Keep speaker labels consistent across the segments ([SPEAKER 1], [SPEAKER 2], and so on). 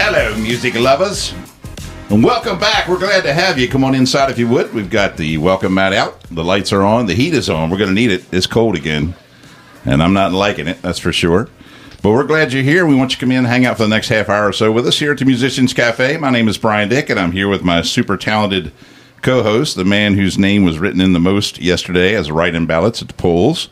[SPEAKER 1] Hello, music lovers. And welcome back. We're glad to have you. Come on inside if you would. We've got the welcome mat out. The lights are on. The heat is on. We're going to need it. It's cold again. And I'm not liking it, that's for sure. But we're glad you're here. We want you to come in and hang out for the next half hour or so with us here at the Musicians Cafe. My name is Brian Dick, and I'm here with my super talented co host, the man whose name was written in the most yesterday as write in ballots at the polls,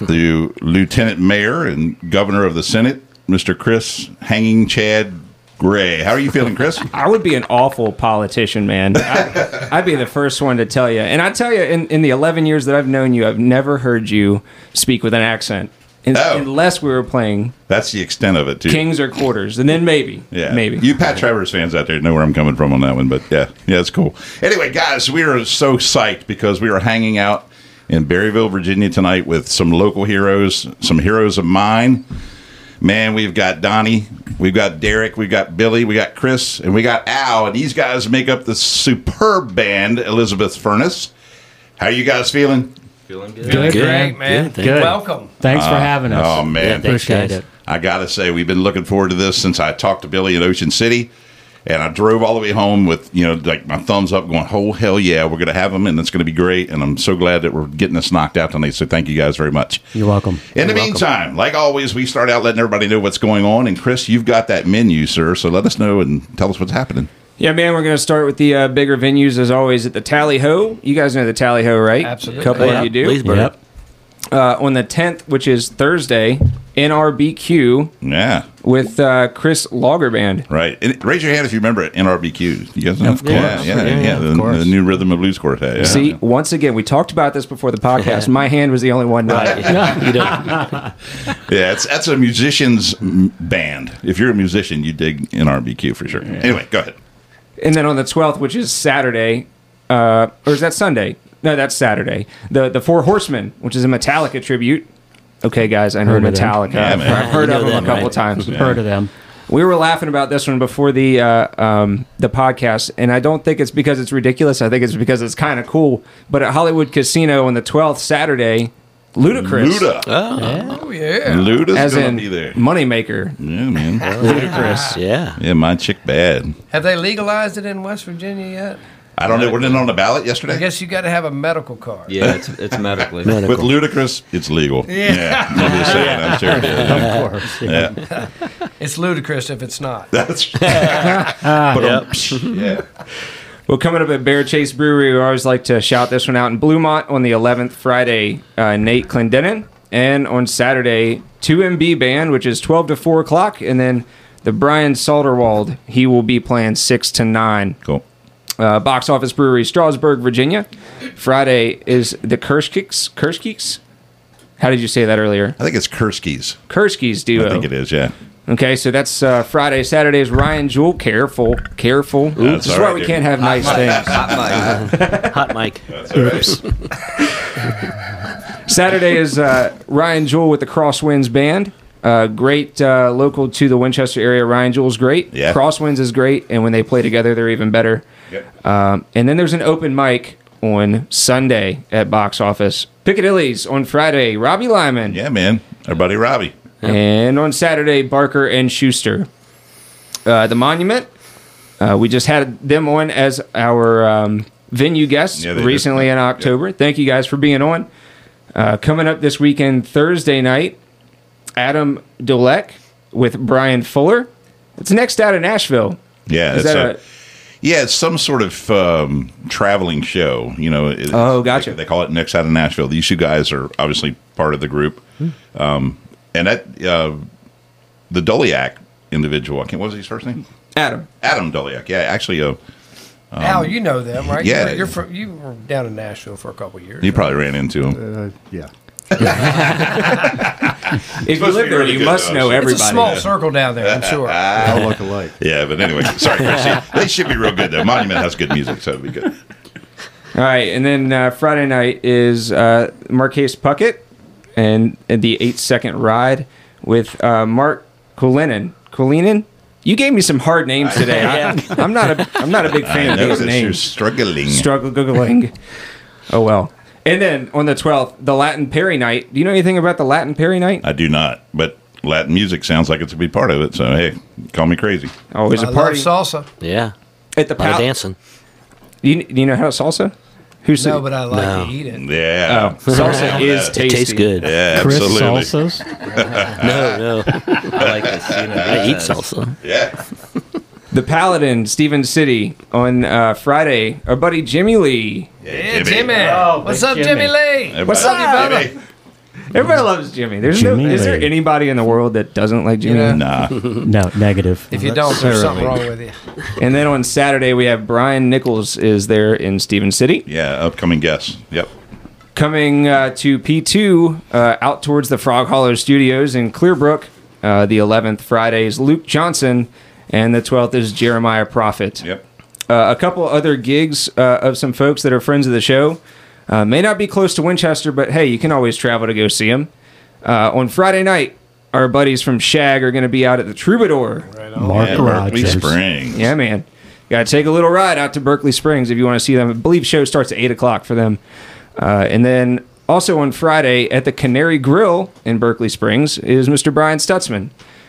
[SPEAKER 1] the lieutenant mayor and governor of the Senate, Mr. Chris Hanging Chad Gray. How are you feeling, Chris?
[SPEAKER 2] I would be an awful politician, man. I, I'd be the first one to tell you. And I tell you, in, in the 11 years that I've known you, I've never heard you speak with an accent. In-
[SPEAKER 1] Oh.
[SPEAKER 2] Unless we were playing
[SPEAKER 1] That's the extent of it, too.
[SPEAKER 2] kings or quarters. And then maybe.
[SPEAKER 1] Yeah,
[SPEAKER 2] Maybe.
[SPEAKER 1] you Pat Travers fans out there know where I'm coming from on that one, but yeah, yeah, it's cool. Anyway, guys, we are so psyched because we are hanging out in Berryville, Virginia tonight with some local heroes, some heroes of mine. Man, we've got Donnie, we've got Derek, we've got Billy, we got Chris, and we got Al, and these guys make up the superb band Elizabeth Furnace. How you guys feeling?
[SPEAKER 3] Feeling good.
[SPEAKER 4] Good,
[SPEAKER 5] Good.
[SPEAKER 4] great, man.
[SPEAKER 5] Good, thank you.
[SPEAKER 4] Welcome.
[SPEAKER 5] Thanks for having us.
[SPEAKER 1] oh, man.
[SPEAKER 5] thanks,
[SPEAKER 4] Appreciate
[SPEAKER 5] guys.
[SPEAKER 4] it.
[SPEAKER 1] I gotta say, we've been looking forward to this since I talked to Billy in Ocean City, and I drove all the way home with you know like my thumbs up, going, "Oh hell yeah, we're gonna have them, and it's gonna be great." And I'm so glad that we're getting this knocked out tonight. So thank you guys very much.
[SPEAKER 5] You're welcome.
[SPEAKER 1] In the meantime, like always, we start out letting everybody know what's going on. And Chris, you've got that menu, sir. So let us know and tell us what's happening.
[SPEAKER 2] Yeah, man, we're going to start with the uh, bigger venues as always at the Tally Ho. You guys know the Tally Ho, right?
[SPEAKER 4] Absolutely.
[SPEAKER 2] couple
[SPEAKER 4] Yeah.
[SPEAKER 2] of you do.
[SPEAKER 3] Leesburg.
[SPEAKER 5] Yep.
[SPEAKER 2] Uh, on the 10th, which is Thursday, NRBQ
[SPEAKER 1] Yeah,
[SPEAKER 2] with uh, Chris Lagerband.
[SPEAKER 1] right. And raise your hand if you remember it. NRBQ. You guys know? Of
[SPEAKER 5] course.
[SPEAKER 1] Yeah, yeah,
[SPEAKER 5] Yeah,
[SPEAKER 1] yeah.
[SPEAKER 5] yeah, of
[SPEAKER 1] the, the
[SPEAKER 5] course.
[SPEAKER 1] new rhythm of blues quartet. Yeah.
[SPEAKER 2] See, once again, we talked about this before the podcast. My hand was the only one not.
[SPEAKER 5] you don't,
[SPEAKER 1] Yeah, it's, that's a musician's m- band. If you're a musician, you dig NRBQ for sure. Anyway, go ahead.
[SPEAKER 2] And then on the 12th, which is Saturday, uh, or is that Sunday? No, that's Saturday. The the Four Horsemen, which is a Metallica tribute. Okay, guys, I know
[SPEAKER 5] Heard of them.
[SPEAKER 2] Metallica.
[SPEAKER 1] Yeah,
[SPEAKER 2] I've,
[SPEAKER 1] man.
[SPEAKER 2] I've heard
[SPEAKER 5] You
[SPEAKER 2] of them
[SPEAKER 5] know
[SPEAKER 2] a
[SPEAKER 5] them,
[SPEAKER 2] couple
[SPEAKER 5] right?
[SPEAKER 2] times.
[SPEAKER 5] heard of them.
[SPEAKER 2] We were laughing about this one before the uh, um, the podcast, and I don't think it's because it's ridiculous. I think it's because it's kind of cool. But at Hollywood Casino on the 12th, Saturday, Ludacris.
[SPEAKER 1] Luda.
[SPEAKER 4] Oh, yeah.
[SPEAKER 1] Luda's
[SPEAKER 2] As
[SPEAKER 1] gonna
[SPEAKER 2] in
[SPEAKER 1] be there.
[SPEAKER 2] Moneymaker.
[SPEAKER 1] Yeah, man.
[SPEAKER 5] Ludicrous.
[SPEAKER 3] Yeah.
[SPEAKER 1] Yeah, my chick bad.
[SPEAKER 4] Have they legalized it in West Virginia yet?
[SPEAKER 1] I don't know. Wasn't it on the ballot yesterday?
[SPEAKER 4] I guess you got to have a medical card.
[SPEAKER 3] Yeah, it's, it's medically.
[SPEAKER 1] With ludicrous, it's legal.
[SPEAKER 4] Yeah.
[SPEAKER 1] I'm just saying. I'm sure it is.
[SPEAKER 5] Of course.
[SPEAKER 1] Yeah.
[SPEAKER 4] It's ludicrous if it's not.
[SPEAKER 1] That's. but um, yeah.
[SPEAKER 2] Well, coming up at Bear Chase Brewery, we always like to shout this one out in Bluemont on the 11th Friday, uh, Nate Clendenin, and on Saturday, 2MB Band, which is 12 to 4 o'clock, and then the Brian Salderwald, he will be playing 6 to 9.
[SPEAKER 1] Cool.
[SPEAKER 2] Uh, box Office Brewery, Strasburg, Virginia. Friday is the Kershkeks. Kershkeks? How did you say that earlier?
[SPEAKER 1] I think it's Kurski's.
[SPEAKER 2] Kerskes duo.
[SPEAKER 1] I
[SPEAKER 4] Oh.
[SPEAKER 1] think it is. Yeah.
[SPEAKER 2] Okay, so that's uh, Friday. Saturday is Ryan Jewell. Careful, careful.
[SPEAKER 1] That's
[SPEAKER 2] this is
[SPEAKER 1] all
[SPEAKER 2] why
[SPEAKER 1] right,
[SPEAKER 2] we
[SPEAKER 1] dude.
[SPEAKER 2] can't have nice things.
[SPEAKER 3] Hot mic.
[SPEAKER 5] Hot mic.
[SPEAKER 1] That's all right.
[SPEAKER 2] Saturday is uh, Ryan Jewell with the Crosswinds Band. Uh, great uh, local to the Winchester area. Ryan Jewell's great.
[SPEAKER 1] Yeah.
[SPEAKER 2] Crosswinds is great, and when they play together, they're even better.
[SPEAKER 1] Yep.
[SPEAKER 2] Um, and then there's an open mic on Sunday at Box Office. Piccadilly's on Friday. Robbie Lyman.
[SPEAKER 1] Yeah, man. Our buddy Robbie.
[SPEAKER 2] And on Saturday, Barker and Schuster. Uh, the Monument, uh, we just had them on as our um, venue guests
[SPEAKER 1] Yeah, they did.
[SPEAKER 2] recently in October. Thank you guys for being on. Uh, coming up this weekend, Thursday night, Adam Dolek with Brian Fuller. It's next out of Nashville.
[SPEAKER 1] Yeah.
[SPEAKER 2] Is
[SPEAKER 1] it's
[SPEAKER 2] that
[SPEAKER 1] a- Yeah, it's some sort of um, traveling show. You know. It,
[SPEAKER 2] Oh,
[SPEAKER 1] it's-
[SPEAKER 2] gotcha.
[SPEAKER 1] They, they call it Next Out of Nashville. These two guys are obviously part of the group,
[SPEAKER 2] Hmm.
[SPEAKER 1] um, and that uh, the Doliak individual. I can't. What was his first name?
[SPEAKER 2] a Adam?
[SPEAKER 1] Adam Doliak. Yeah, actually, uh,
[SPEAKER 4] Al, you know them, right?
[SPEAKER 1] yeah.
[SPEAKER 4] You're from, you were down in Nashville for a couple years.
[SPEAKER 1] you probably ran into him.
[SPEAKER 6] Yeah.
[SPEAKER 2] If you
[SPEAKER 1] supposed to
[SPEAKER 2] live
[SPEAKER 1] be
[SPEAKER 2] there,
[SPEAKER 1] really
[SPEAKER 2] you
[SPEAKER 1] good,
[SPEAKER 2] must
[SPEAKER 1] though.
[SPEAKER 2] know
[SPEAKER 1] It's a
[SPEAKER 2] everybody.
[SPEAKER 4] It's a small circle down there, I'm sure.
[SPEAKER 6] All look alike.
[SPEAKER 1] Yeah, but anyway, sorry, Chris. Yeah, They should be real good though. Monument has good music, so it'll be good.
[SPEAKER 2] All right, and then uh, Friday night is uh, Marquez Puckett and, and the eight second ride with uh, Mark Kulinen. Kulinen, you gave me some hard names today.
[SPEAKER 5] Yeah.
[SPEAKER 2] I, I'm not a I'm not a big fan of
[SPEAKER 1] Notice
[SPEAKER 2] these
[SPEAKER 1] you're
[SPEAKER 2] names.
[SPEAKER 1] struggling.
[SPEAKER 2] Struggle googling. Oh well. And then on the twelfth, the Latin Perry night. Do you know anything about the Latin Perry night?
[SPEAKER 1] I do not, but Latin music sounds like it's a big part of it. So hey, Call me crazy.
[SPEAKER 2] Always
[SPEAKER 4] I
[SPEAKER 2] a
[SPEAKER 4] love
[SPEAKER 2] party
[SPEAKER 4] salsa.
[SPEAKER 5] Yeah.
[SPEAKER 2] at the
[SPEAKER 5] A lot of
[SPEAKER 2] palace.
[SPEAKER 5] dancing.
[SPEAKER 2] You, you know how to salsa? Who's Oh.
[SPEAKER 4] No, but I like
[SPEAKER 5] No.
[SPEAKER 4] to eat it.
[SPEAKER 1] Yeah.
[SPEAKER 2] salsa is
[SPEAKER 5] It
[SPEAKER 2] tasty.
[SPEAKER 5] tastes good.
[SPEAKER 1] Yeah,
[SPEAKER 6] Chris
[SPEAKER 1] absolutely.
[SPEAKER 6] Salsas.
[SPEAKER 5] No, no.
[SPEAKER 3] I like this. You know,
[SPEAKER 5] I eat salsa.
[SPEAKER 1] Yeah.
[SPEAKER 2] The Paladin, Steven City, on uh, Friday. Our buddy Jimmy Lee.
[SPEAKER 4] Yeah, Jimmy.
[SPEAKER 6] Oh,
[SPEAKER 4] What's
[SPEAKER 6] big
[SPEAKER 4] up, Jimmy,
[SPEAKER 6] Jimmy.
[SPEAKER 4] Lee?
[SPEAKER 1] What's
[SPEAKER 2] up, you brother?
[SPEAKER 1] Jimmy?
[SPEAKER 2] Everybody loves Jimmy. There's no,
[SPEAKER 6] Jimmy
[SPEAKER 2] is there
[SPEAKER 6] Lee.
[SPEAKER 2] anybody in the world that doesn't like Jimmy?
[SPEAKER 4] Yeah.
[SPEAKER 1] Nah.
[SPEAKER 6] No, negative.
[SPEAKER 4] If you don't, there's something wrong with you.
[SPEAKER 2] And then on Saturday we have Brian Nichols is there in Steven City.
[SPEAKER 1] Yeah, upcoming guests. Yep.
[SPEAKER 2] Coming uh, to P2 uh, out towards the Frog Hollow Studios in Clearbrook. Uh, the 11th Friday is Luke Johnson, and the 12th is Jeremiah Prophet.
[SPEAKER 1] Yep.
[SPEAKER 2] Uh, a couple other gigs uh, of some folks that are friends of the show. Uh, may not be close to Winchester, but hey, you can always travel to go see them. Uh, on Friday night, our buddies from Shag are going to be out at the Troubadour.
[SPEAKER 6] Mark
[SPEAKER 1] Yeah, Berkeley
[SPEAKER 6] Rogers.
[SPEAKER 1] Springs.
[SPEAKER 2] Yeah, man. Got to take a little ride out to Berkeley Springs if you want to see them. I believe show starts at 8 o'clock for them. Uh, and then also on Friday at the Canary Grill in Berkeley Springs is Mr. Brian Stutzman.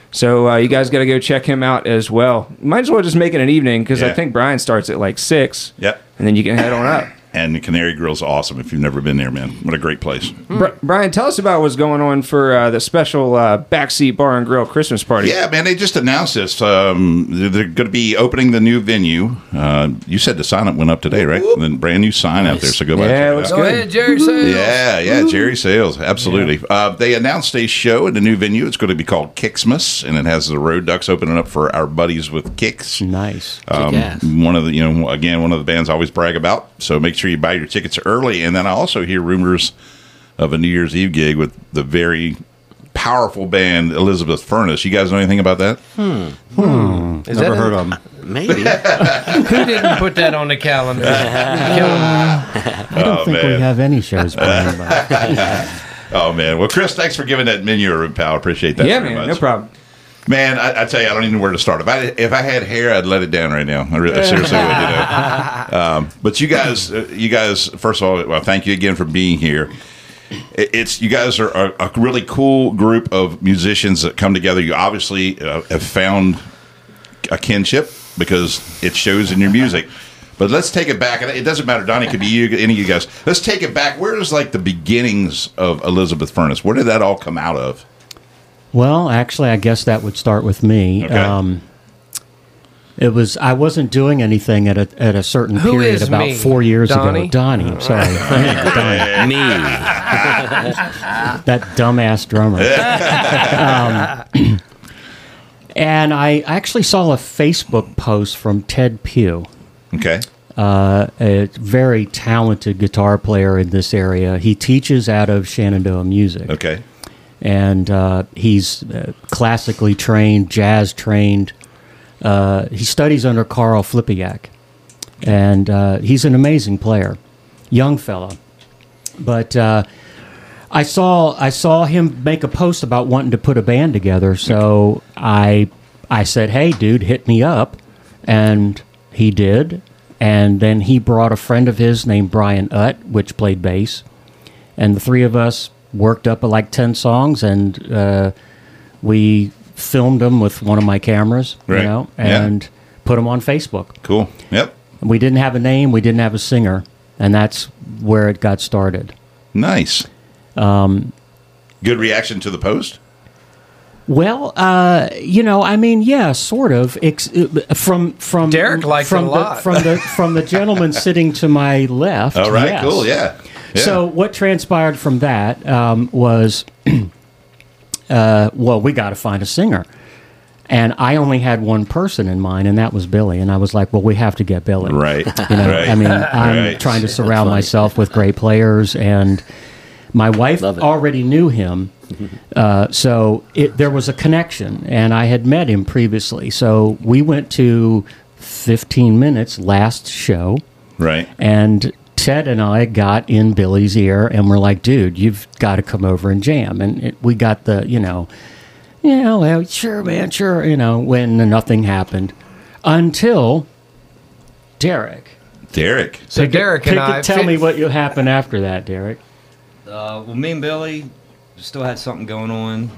[SPEAKER 2] So uh, you guys got to go check him out as well. Might as well just make it an evening because I
[SPEAKER 1] Yeah.
[SPEAKER 2] think Brian starts at like 6.
[SPEAKER 1] Yep.
[SPEAKER 2] And then you can head on up.
[SPEAKER 1] And the Canary Grill's awesome if you've never been there, man. What a great place.
[SPEAKER 2] Bri- Brian, tell us about what's going on for uh, the special uh, backseat bar and grill Christmas party.
[SPEAKER 1] Yeah, man, they just announced this. Um, they're going to be opening the new venue. Uh, you said the sign up went up today, right? The brand new sign out there. So go back.
[SPEAKER 2] Yeah,
[SPEAKER 1] check
[SPEAKER 2] it looks
[SPEAKER 1] out.
[SPEAKER 4] Go
[SPEAKER 2] Good.
[SPEAKER 4] ahead, Jerry. Sales.
[SPEAKER 1] Yeah, yeah, Jerry Sales, absolutely. Uh, they announced a show at the new venue. It's going to be called Kicksmas, and it has the Road Ducks opening up for our buddies with Kicks.
[SPEAKER 6] Nice.
[SPEAKER 1] Um,
[SPEAKER 5] Kick ass.
[SPEAKER 1] one of the you know again one of the bands I always brag about. So make sure you buy your tickets early. And then I also hear rumors of a New Year's Eve gig with the very powerful band Elizabeth Furnace. You guys know anything about that?
[SPEAKER 2] Hmm.
[SPEAKER 4] Is
[SPEAKER 6] Never
[SPEAKER 4] that
[SPEAKER 6] heard
[SPEAKER 4] it?
[SPEAKER 6] of him.
[SPEAKER 5] Maybe.
[SPEAKER 4] Who didn't put that on the calendar? Kill him.
[SPEAKER 6] I don't think
[SPEAKER 1] man.
[SPEAKER 6] we have any shows planned. But
[SPEAKER 1] Oh man. Well, Chris, thanks for giving that menu a room, pal. Appreciate that.
[SPEAKER 2] Yeah,
[SPEAKER 1] very
[SPEAKER 2] man.
[SPEAKER 1] much.
[SPEAKER 2] No problem.
[SPEAKER 1] Man, I, I tell you, I don't even know where to start. If I if I had hair, I'd let it down right now. I really, I seriously would. You know. um, but you guys, uh, you guys, first of all, well, thank you again for being here. It- It's you guys are a, a really cool group of musicians that come together. You obviously uh, have found a kinship because it shows in your music. But let's take it back, and it doesn't matter. Donnie it could be you, any of you guys. Let's take it back. Where is like the beginnings of Elizabeth Furnace? Where did that all come out of?
[SPEAKER 6] well, actually, I guess that would start with me. Um,
[SPEAKER 1] Okay.
[SPEAKER 6] it was I wasn't doing anything at a at a certain
[SPEAKER 4] Who
[SPEAKER 6] period
[SPEAKER 4] is
[SPEAKER 6] about
[SPEAKER 4] me?
[SPEAKER 6] four years
[SPEAKER 4] Donnie?
[SPEAKER 6] ago. Donnie, I'm sorry, Yeah, Donnie,
[SPEAKER 5] Me.
[SPEAKER 6] that dumbass drummer. um, and I actually saw a Facebook post from Ted Pugh.
[SPEAKER 1] Okay,
[SPEAKER 6] a very talented guitar player in this area. He teaches out of Shenandoah Music,
[SPEAKER 1] okay.
[SPEAKER 6] and uh, he's uh, classically trained, jazz trained. Uh, he studies under Carl Flipiak, and uh, he's an amazing player, young fella. But uh, I saw I saw him make a post about wanting to put a band together, so I I said, "Hey, dude, hit me up," and he did. And then he brought a friend of his named Brian Utt, which played bass, and the three of us worked up uh, like ten songs, and uh, we filmed them with one of my cameras,
[SPEAKER 1] Right.
[SPEAKER 6] you know,
[SPEAKER 1] Yeah.
[SPEAKER 6] and put them on Facebook.
[SPEAKER 1] Cool. Yep.
[SPEAKER 6] We didn't have a name, we didn't have a singer, and that's where it got started.
[SPEAKER 1] Nice. Um,
[SPEAKER 6] Um,
[SPEAKER 1] Good reaction to the post.
[SPEAKER 6] Well, uh, you know, I mean, yeah, sort of. Ex- uh, from from
[SPEAKER 4] Derek liked
[SPEAKER 6] from
[SPEAKER 4] it a
[SPEAKER 6] the,
[SPEAKER 4] lot.
[SPEAKER 6] from the from the gentleman sitting to my left.
[SPEAKER 1] All right.
[SPEAKER 6] yes.
[SPEAKER 1] Cool. Yeah. Yeah.
[SPEAKER 6] So what transpired from that um, was, uh, well, we got to find a singer, and I only had one person in mind, and that was Billy. And I was like, well, we have to get Billy.
[SPEAKER 1] right.
[SPEAKER 6] You know,
[SPEAKER 1] right.
[SPEAKER 6] I mean, I'm
[SPEAKER 1] Right.
[SPEAKER 6] trying to surround
[SPEAKER 5] funny.
[SPEAKER 6] myself with great players, and my wife
[SPEAKER 5] Love it.
[SPEAKER 6] already knew him, uh, so it, there was a connection, and I had met him previously. So we went to 15 minutes last show,
[SPEAKER 1] right.
[SPEAKER 6] and Ted and I got in Billy's ear, and we're like, "Dude, you've got to come over and jam." And it, we got the, you know, yeah, well, sure, man, sure, you know, when nothing happened until Derek.
[SPEAKER 1] Derek.
[SPEAKER 4] So
[SPEAKER 6] Pickett-
[SPEAKER 4] Derek and
[SPEAKER 6] Pickett,
[SPEAKER 4] I.
[SPEAKER 6] Tell me what you happened after that, Derek.
[SPEAKER 3] Uh, well, me and Billy still had something going on,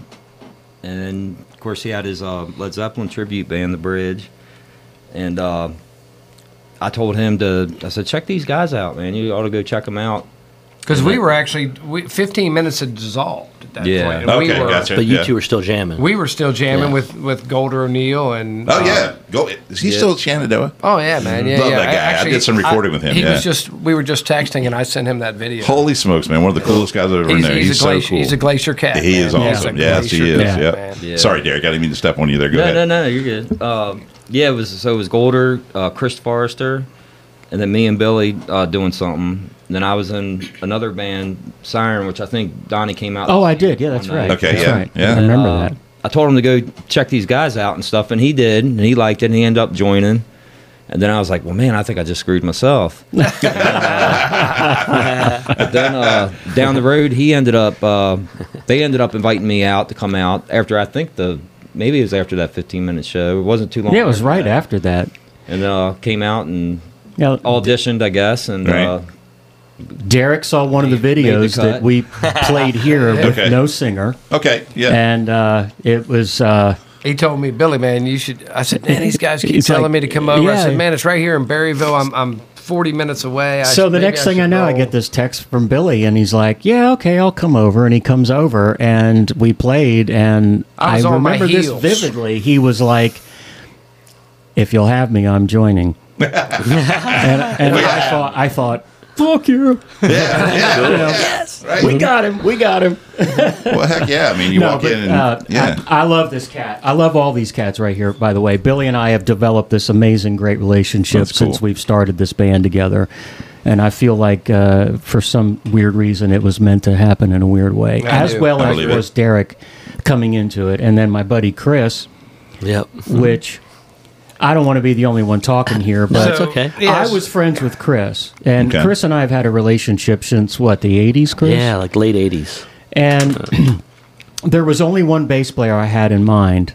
[SPEAKER 3] and then of course, he had his uh, Led Zeppelin tribute band, The Bridge, and uh, I told him to. I said, check these guys out, man. You ought to go check them out.
[SPEAKER 4] Because we were actually we, 15 minutes had dissolved at that
[SPEAKER 3] Yeah.
[SPEAKER 4] point. and we
[SPEAKER 1] Okay,
[SPEAKER 4] were,
[SPEAKER 1] gotcha.
[SPEAKER 5] But you
[SPEAKER 1] Yeah.
[SPEAKER 5] two are still jamming.
[SPEAKER 4] We were still jamming
[SPEAKER 5] Yeah.
[SPEAKER 4] with with Golder O'Neill and.
[SPEAKER 1] Oh
[SPEAKER 4] uh,
[SPEAKER 1] yeah, go. Is he
[SPEAKER 3] yeah.
[SPEAKER 1] still at Shenandoah?
[SPEAKER 4] Oh yeah, man. Yeah,
[SPEAKER 1] Love
[SPEAKER 4] yeah.
[SPEAKER 1] that guy. I did some recording with him,
[SPEAKER 4] He
[SPEAKER 1] yeah.
[SPEAKER 4] was just we were just texting, and I sent him that video.
[SPEAKER 1] Holy smokes, man! One of the coolest guys I've ever
[SPEAKER 4] he's,
[SPEAKER 1] known.
[SPEAKER 4] he's
[SPEAKER 1] He's,
[SPEAKER 4] a
[SPEAKER 1] so
[SPEAKER 4] glacier,
[SPEAKER 1] cool.
[SPEAKER 4] he's a glacier cat.
[SPEAKER 1] he is
[SPEAKER 4] man. He's
[SPEAKER 1] awesome.
[SPEAKER 4] a
[SPEAKER 1] Yes, he
[SPEAKER 4] glacier
[SPEAKER 1] is.
[SPEAKER 4] cat,
[SPEAKER 1] Yeah.
[SPEAKER 4] man.
[SPEAKER 3] Yeah.
[SPEAKER 1] Sorry, Derek. I didn't mean to step on you there. Go
[SPEAKER 3] no,
[SPEAKER 1] ahead.
[SPEAKER 3] no, no, you're good. Um, yeah, it was so it was Golder, uh, Chris Forrester, and then me and Billy uh, doing something. Then I was in another band, Siren, which I think Donnie came out.
[SPEAKER 6] Oh, I did. Yeah, that's
[SPEAKER 3] One
[SPEAKER 6] right.
[SPEAKER 3] night.
[SPEAKER 1] Okay,
[SPEAKER 6] that's
[SPEAKER 1] yeah,
[SPEAKER 6] right.
[SPEAKER 1] yeah.
[SPEAKER 6] I remember
[SPEAKER 3] Uh,
[SPEAKER 6] that.
[SPEAKER 3] I told him to go check these guys out and stuff, and he did, and he liked it, and he ended up joining. And then I was like, well, man, I think I just screwed myself. But then uh, down the road, he ended up, uh, they ended up inviting me out to come out after I think the, maybe it was after that 15 minute show. It wasn't too long.
[SPEAKER 6] Yeah, it was
[SPEAKER 3] after
[SPEAKER 6] right
[SPEAKER 3] that.
[SPEAKER 6] after that.
[SPEAKER 3] And uh, came out and
[SPEAKER 6] Now,
[SPEAKER 3] auditioned, I guess, and
[SPEAKER 1] Right.
[SPEAKER 3] uh,
[SPEAKER 6] Derek saw one of the
[SPEAKER 3] the
[SPEAKER 6] videos
[SPEAKER 3] cut.
[SPEAKER 6] that we played here with
[SPEAKER 1] Okay.
[SPEAKER 6] no singer,
[SPEAKER 1] Okay. Yeah.
[SPEAKER 6] and uh, it was. Uh,
[SPEAKER 4] He told me, Billy, man, you should. I said, man, these guys keep
[SPEAKER 6] It's
[SPEAKER 4] telling
[SPEAKER 6] like-
[SPEAKER 4] me to come over. I
[SPEAKER 6] yeah.
[SPEAKER 4] said, man, it's right here in Berryville. I'm I'm 40 minutes away. I
[SPEAKER 6] so
[SPEAKER 4] should-
[SPEAKER 6] the
[SPEAKER 4] maybe
[SPEAKER 6] next thing I
[SPEAKER 4] should
[SPEAKER 6] know, I
[SPEAKER 4] roll."
[SPEAKER 6] get this text from Billy, and he's like, "Yeah, okay, I'll come over." And he comes over, and we played, and
[SPEAKER 4] I
[SPEAKER 6] I,
[SPEAKER 4] was on my
[SPEAKER 6] remember this
[SPEAKER 4] heels.
[SPEAKER 6] vividly. He was like, "If you'll have me, I'm joining." and and I thought, I thought, "Fuck you!"
[SPEAKER 1] yeah. yeah.
[SPEAKER 6] You know, We got him. We got him.
[SPEAKER 1] Well, heck yeah. I mean, you
[SPEAKER 6] No,
[SPEAKER 1] walk
[SPEAKER 6] but,
[SPEAKER 1] in and
[SPEAKER 6] uh,
[SPEAKER 1] yeah.
[SPEAKER 6] I, I love this cat. I love all these cats right here. By the way, Billy and I have developed this amazing, great relationship
[SPEAKER 1] That's cool.
[SPEAKER 6] since we've started this band together, and I feel like uh, for some weird reason it was meant to happen in a weird way,
[SPEAKER 4] I
[SPEAKER 6] as
[SPEAKER 4] do.
[SPEAKER 6] well
[SPEAKER 1] I
[SPEAKER 6] as
[SPEAKER 1] believe it.
[SPEAKER 6] was Derek coming into it, and then my buddy Chris,
[SPEAKER 5] Yep.
[SPEAKER 1] Mm-hmm.
[SPEAKER 6] which. I don't want to be the only one talking here, but
[SPEAKER 5] That's okay.
[SPEAKER 4] yes.
[SPEAKER 6] I was friends with Chris, and
[SPEAKER 1] Okay.
[SPEAKER 6] Chris and I have had a relationship since what the '80s, Chris?
[SPEAKER 5] Yeah, like late '80s.
[SPEAKER 6] and there was only one bass player I had in mind.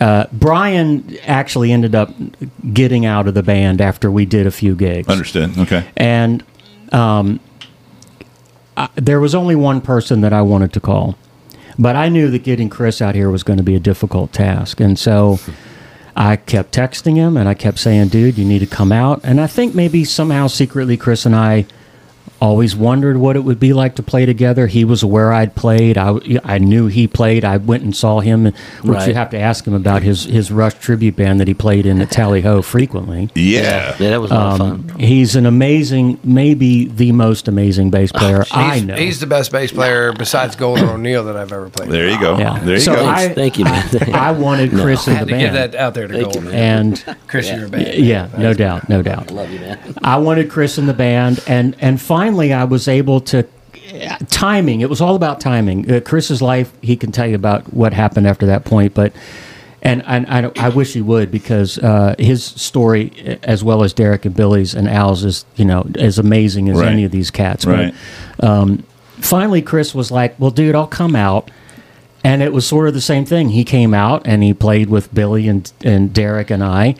[SPEAKER 6] Uh, Brian actually ended up getting out of the band after we did a few gigs,
[SPEAKER 1] Understood. Okay.
[SPEAKER 6] and um, I, there was only one person that I wanted to call, but I knew that getting Chris out here was going to be a difficult task, and so. I kept texting him and I kept saying, dude, you need to come out. And I think maybe somehow secretly Chris and I always wondered what it would be like to play together. He was aware I'd played. I, I knew he played. I went and saw him, which you
[SPEAKER 5] Right.
[SPEAKER 6] have to ask him about his, his Rush tribute band that he played in at Tally Ho frequently.
[SPEAKER 1] Yeah.
[SPEAKER 5] Yeah, that was a
[SPEAKER 6] Um,
[SPEAKER 5] lot of fun.
[SPEAKER 6] He's an amazing, maybe the most amazing bass player I
[SPEAKER 4] Oh, He's-
[SPEAKER 6] know.
[SPEAKER 4] He's the best bass player besides Golder O'Neill that I've ever played.
[SPEAKER 1] There you go.
[SPEAKER 6] Yeah.
[SPEAKER 1] There you
[SPEAKER 6] So
[SPEAKER 1] go.
[SPEAKER 6] I-
[SPEAKER 5] Thank you, man.
[SPEAKER 6] I wanted Chris
[SPEAKER 4] I
[SPEAKER 6] in the
[SPEAKER 4] had to give
[SPEAKER 6] band.
[SPEAKER 4] that out there to
[SPEAKER 5] Thank you,
[SPEAKER 4] Golder.
[SPEAKER 6] And
[SPEAKER 4] Chris, you're a bad. man.
[SPEAKER 6] yeah, no doubt, no doubt.
[SPEAKER 5] Love you, man.
[SPEAKER 6] I wanted Chris in the band, and and finally I was able to timing. It was all about timing. Uh, Chris's life, he can tell you about what happened after that point, but. And, and I, don't- I wish he would because uh, his story, as well as Derek and Billy's and Al's, is you know as amazing as
[SPEAKER 1] Right.
[SPEAKER 6] any of these cats.
[SPEAKER 1] Right.
[SPEAKER 6] But um, finally, Chris was like, "Well, dude, I'll come out." And it was sort of the same thing. He came out and he played with Billy and and Derek and I,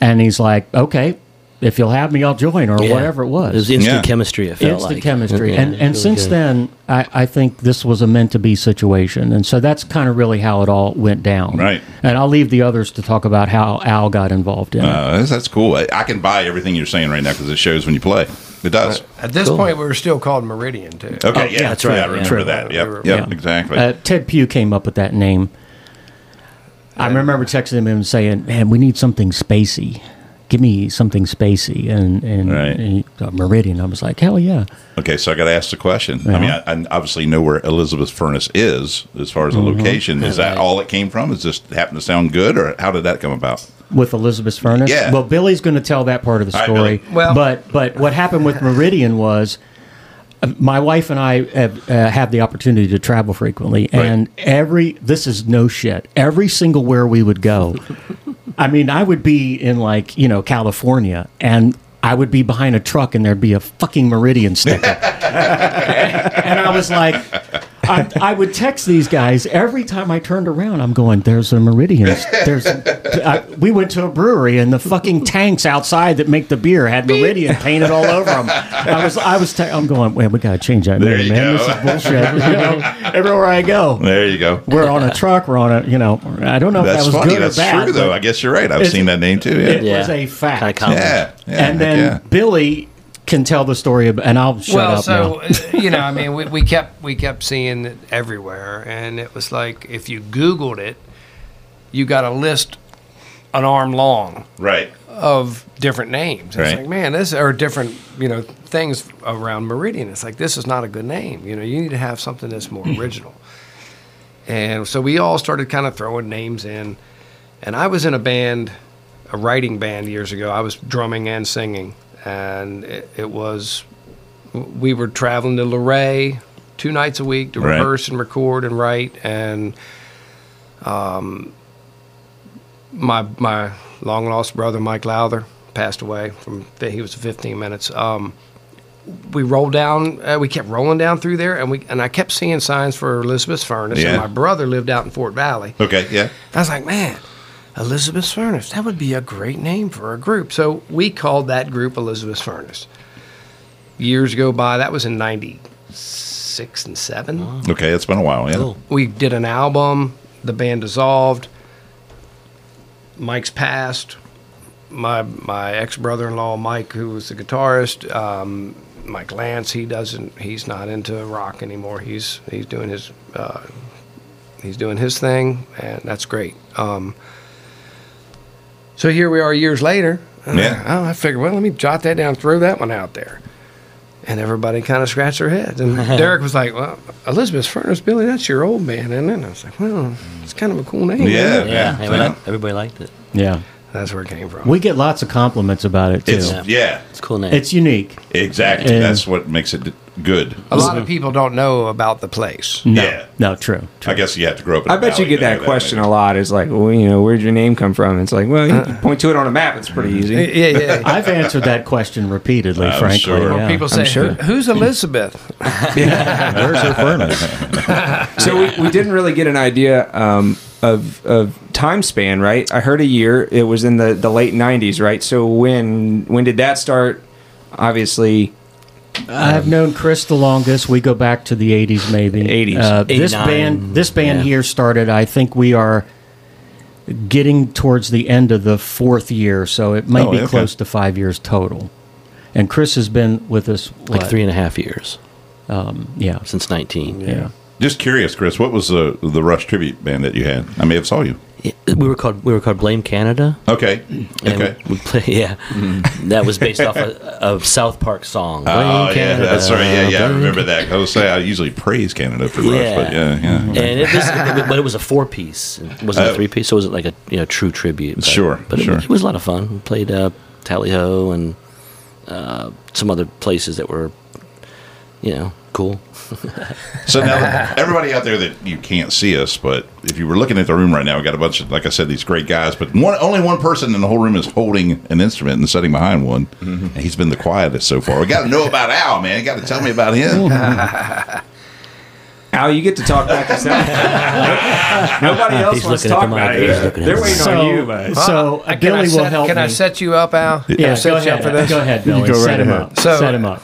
[SPEAKER 6] and he's like, "Okay, if you'll have me, I'll join," or
[SPEAKER 5] Yeah.
[SPEAKER 6] whatever it was.
[SPEAKER 5] It was instant
[SPEAKER 1] Yeah.
[SPEAKER 5] chemistry. I felt
[SPEAKER 6] It's
[SPEAKER 5] like
[SPEAKER 6] the chemistry,
[SPEAKER 5] Yeah,
[SPEAKER 6] and
[SPEAKER 5] it was
[SPEAKER 6] and
[SPEAKER 5] really
[SPEAKER 6] since
[SPEAKER 5] good.
[SPEAKER 6] then, I, I think this was a meant to be situation, and so that's kind of really how it all went down.
[SPEAKER 1] Right.
[SPEAKER 6] And I'll leave the others to talk about how Al got involved in it.
[SPEAKER 1] Uh, that's, that's cool. I, I can buy everything you're saying right now because it shows when you play. It does.
[SPEAKER 4] At this point, we were still called Meridian too.
[SPEAKER 1] Okay.
[SPEAKER 6] Oh,
[SPEAKER 1] yeah,
[SPEAKER 6] yeah,
[SPEAKER 1] that's
[SPEAKER 6] that's
[SPEAKER 1] right.
[SPEAKER 5] right,
[SPEAKER 1] I remember
[SPEAKER 6] yeah.
[SPEAKER 1] that. Yep. Yep.
[SPEAKER 6] Yeah.
[SPEAKER 1] Exactly.
[SPEAKER 6] Uh, Ted Pugh came up with that name. I remember texting him and saying, "Man, we need something spacey. Give me something spacey." And and,
[SPEAKER 1] Right.
[SPEAKER 6] and he- uh, Meridian. I was like, "Hell yeah!"
[SPEAKER 1] okay. So I got to ask the question. I mean, I, I obviously know where Elizabeth Furnace is as far as the location. Is that all it came from? Is this happened to sound good, or how did that come about?
[SPEAKER 6] with Elizabeth's furnace.
[SPEAKER 1] Yeah.
[SPEAKER 6] Well, Billy's going to tell that part of the
[SPEAKER 1] All right,
[SPEAKER 6] story.
[SPEAKER 1] Billy.
[SPEAKER 4] Well-
[SPEAKER 6] but but what happened with Meridian was uh, my wife and I have, uh, have the opportunity to travel frequently,
[SPEAKER 1] Right.
[SPEAKER 6] and every this is no shit. Every single where we would go, I mean, I would be in like you know California and. I would be behind a truck and there'd be a fucking Meridian sticker. and I was like, I, I would text these guys every time I turned around. I'm going, "There's a Meridian. There's." I, we went to a brewery, and the fucking tanks outside that make the beer had Meridian painted all over them. I was, I was, te- I'm going, "Man, we gotta change that
[SPEAKER 1] There
[SPEAKER 6] name,
[SPEAKER 1] you
[SPEAKER 6] man.
[SPEAKER 1] go.
[SPEAKER 6] This is bullshit." You know, everywhere I go,
[SPEAKER 1] There you go.
[SPEAKER 6] we're on a truck. We're on a, you know, I don't know
[SPEAKER 1] That's
[SPEAKER 6] if that was
[SPEAKER 1] funny.
[SPEAKER 6] good
[SPEAKER 1] That's
[SPEAKER 6] or bad.
[SPEAKER 1] true, though.
[SPEAKER 6] but
[SPEAKER 1] I guess you're right. I've
[SPEAKER 6] It's-
[SPEAKER 1] seen that name too.
[SPEAKER 6] It
[SPEAKER 1] Yeah.
[SPEAKER 5] Yeah.
[SPEAKER 6] was a fact.
[SPEAKER 5] Kinda
[SPEAKER 1] Yeah.
[SPEAKER 5] common.
[SPEAKER 1] yeah.
[SPEAKER 6] and then
[SPEAKER 1] yeah.
[SPEAKER 6] Billy can tell the story, ab- and I'll shut
[SPEAKER 4] well,
[SPEAKER 6] up
[SPEAKER 4] so uh,
[SPEAKER 6] now.
[SPEAKER 4] you know, I mean, we, we kept we kept seeing it everywhere, and it was like if you Googled it, you got a list an arm long
[SPEAKER 1] Right.
[SPEAKER 4] of different names. It's
[SPEAKER 1] Right.
[SPEAKER 4] like, man, this are different, you know, things around Meridian. It's like this is not a good name. You know, you need to have something that's more
[SPEAKER 1] Hmm.
[SPEAKER 4] original. And so we all started kind of throwing names in. And I was in a band, a writing band years ago. I was drumming and singing, and it, it was we were traveling to Luray two nights a week to
[SPEAKER 1] Right.
[SPEAKER 4] rehearse and record and write and my my long lost brother Mike Lowther passed away from he was 15 minutes. Um, we rolled down, uh, we kept rolling down through there, and we and I kept seeing signs for Elizabeth's Furnace.
[SPEAKER 1] Yeah.
[SPEAKER 4] And my brother lived out in Fort Valley.
[SPEAKER 1] Okay. Yeah.
[SPEAKER 4] I was like, man, Elizabeth's Furnace. That would be a great name for a group. So we called that group Elizabeth's Furnace. Years go by. That was in '96 and seven
[SPEAKER 1] Okay. It's been a while. Yeah.
[SPEAKER 4] we did an album. The band dissolved. Mike's passed. My my ex brother in law Mike, who was the guitarist, um, Mike Lance. He doesn't. He's not into rock anymore. He's he's doing his uh, he's doing his thing, and that's great. Um, so here we are years later.
[SPEAKER 1] Yeah.
[SPEAKER 4] Oh, I figured, well, let me jot that down, throw that one out there. And everybody kind of scratched their heads. And Derek was like, well, Elizabeth's Furnace, Billy, that's your old man, isn't it? And I was like, well, it's kind of a cool name. isn't
[SPEAKER 1] Yeah.
[SPEAKER 4] it?"
[SPEAKER 5] Yeah,
[SPEAKER 1] Yeah.
[SPEAKER 5] everybody, everybody liked it.
[SPEAKER 6] yeah,
[SPEAKER 4] That's where it came from.
[SPEAKER 6] we get lots of compliments about it too.
[SPEAKER 1] It's
[SPEAKER 6] It's,
[SPEAKER 1] yeah.
[SPEAKER 5] Yeah. It's a cool name.
[SPEAKER 6] unique.
[SPEAKER 1] Exactly.
[SPEAKER 6] And-
[SPEAKER 1] That's what makes it good.
[SPEAKER 4] a lot of people don't know about the place.
[SPEAKER 6] No,
[SPEAKER 1] Yeah.
[SPEAKER 6] no, true.
[SPEAKER 1] I guess you have to grow up. In
[SPEAKER 2] I
[SPEAKER 1] a
[SPEAKER 2] bet you
[SPEAKER 1] valley
[SPEAKER 2] get
[SPEAKER 1] to know
[SPEAKER 2] that question
[SPEAKER 1] maybe.
[SPEAKER 2] a lot. It's like, well, you know, where'd your name come from? It's like, well,
[SPEAKER 6] Uh,
[SPEAKER 2] you can point to it on a map. It's pretty easy.
[SPEAKER 4] Yeah, yeah.
[SPEAKER 6] I've answered that question repeatedly,
[SPEAKER 1] I'm
[SPEAKER 6] frankly.
[SPEAKER 1] sure.
[SPEAKER 4] Or
[SPEAKER 6] yeah.
[SPEAKER 4] people say,
[SPEAKER 2] sure.
[SPEAKER 4] "Who- who's Elizabeth?
[SPEAKER 7] There's her furnace.
[SPEAKER 2] So we, we didn't really get an idea um, of of time span, right? I heard a year. It was in the, the late '90s, right? So when when did that start? Obviously,
[SPEAKER 6] I've known Chris the longest. We go back to the '80s, maybe
[SPEAKER 2] 80s.
[SPEAKER 6] Uh, this
[SPEAKER 5] 89,
[SPEAKER 6] band, this band
[SPEAKER 5] yeah.
[SPEAKER 6] here started. I think we are getting towards the end of the fourth year, so it may
[SPEAKER 1] Oh,
[SPEAKER 6] be
[SPEAKER 1] okay.
[SPEAKER 6] close to five years total. And Chris has been with us what?
[SPEAKER 5] like three and a half years
[SPEAKER 6] yeah,
[SPEAKER 5] since 19.
[SPEAKER 6] yeah.
[SPEAKER 1] Just curious, Chris. What was the the Rush tribute band that you had? I may have saw you.
[SPEAKER 5] It- we were called we were called Blame Canada.
[SPEAKER 1] Okay.
[SPEAKER 5] And
[SPEAKER 1] Okay. Mm-hmm.
[SPEAKER 5] We play, yeah. That was based off a, of South Park song.
[SPEAKER 1] Oh
[SPEAKER 5] Blame
[SPEAKER 1] yeah,
[SPEAKER 5] Canada,
[SPEAKER 1] that's right. Yeah, yeah, I
[SPEAKER 5] blame
[SPEAKER 1] remember that. I was say I usually praise Canada for Rush, but yeah, yeah.
[SPEAKER 5] And it was, but it was a four piece. It wasn't
[SPEAKER 1] Oh.
[SPEAKER 5] a three piece, so it wasn't like a you know true tribute. But,
[SPEAKER 1] Sure,
[SPEAKER 5] but
[SPEAKER 1] sure.
[SPEAKER 5] It, it was a lot of fun. We played uh, Tally Ho and uh, some other places that were, you know, cool.
[SPEAKER 1] So now, everybody out there that you can't see us, but if you were looking at the room right now, we got a bunch of, like I said, these great guys. But one, only one person in the whole room is holding an instrument and sitting behind one, and he's been the quietest so far. We got to know about Al, man. You got to tell me about him.
[SPEAKER 2] Al, you get to talk back yourself. Nobody else
[SPEAKER 5] He's
[SPEAKER 2] wants to
[SPEAKER 5] looking
[SPEAKER 2] talk
[SPEAKER 5] at the mic.
[SPEAKER 2] about
[SPEAKER 5] He's
[SPEAKER 2] it.
[SPEAKER 5] looking at
[SPEAKER 2] They're
[SPEAKER 5] the
[SPEAKER 2] waiting
[SPEAKER 5] mic.
[SPEAKER 2] on
[SPEAKER 6] So-
[SPEAKER 2] you, but
[SPEAKER 6] So
[SPEAKER 4] Uh, can I
[SPEAKER 6] Billy will
[SPEAKER 4] set,
[SPEAKER 6] help
[SPEAKER 4] Can
[SPEAKER 6] me.
[SPEAKER 4] I set you up, Al? Can I
[SPEAKER 6] yeah,
[SPEAKER 4] set
[SPEAKER 6] go
[SPEAKER 4] you up
[SPEAKER 6] ahead.
[SPEAKER 4] for this?
[SPEAKER 6] Go ahead, Billy. set him up.
[SPEAKER 4] So-
[SPEAKER 6] set him up.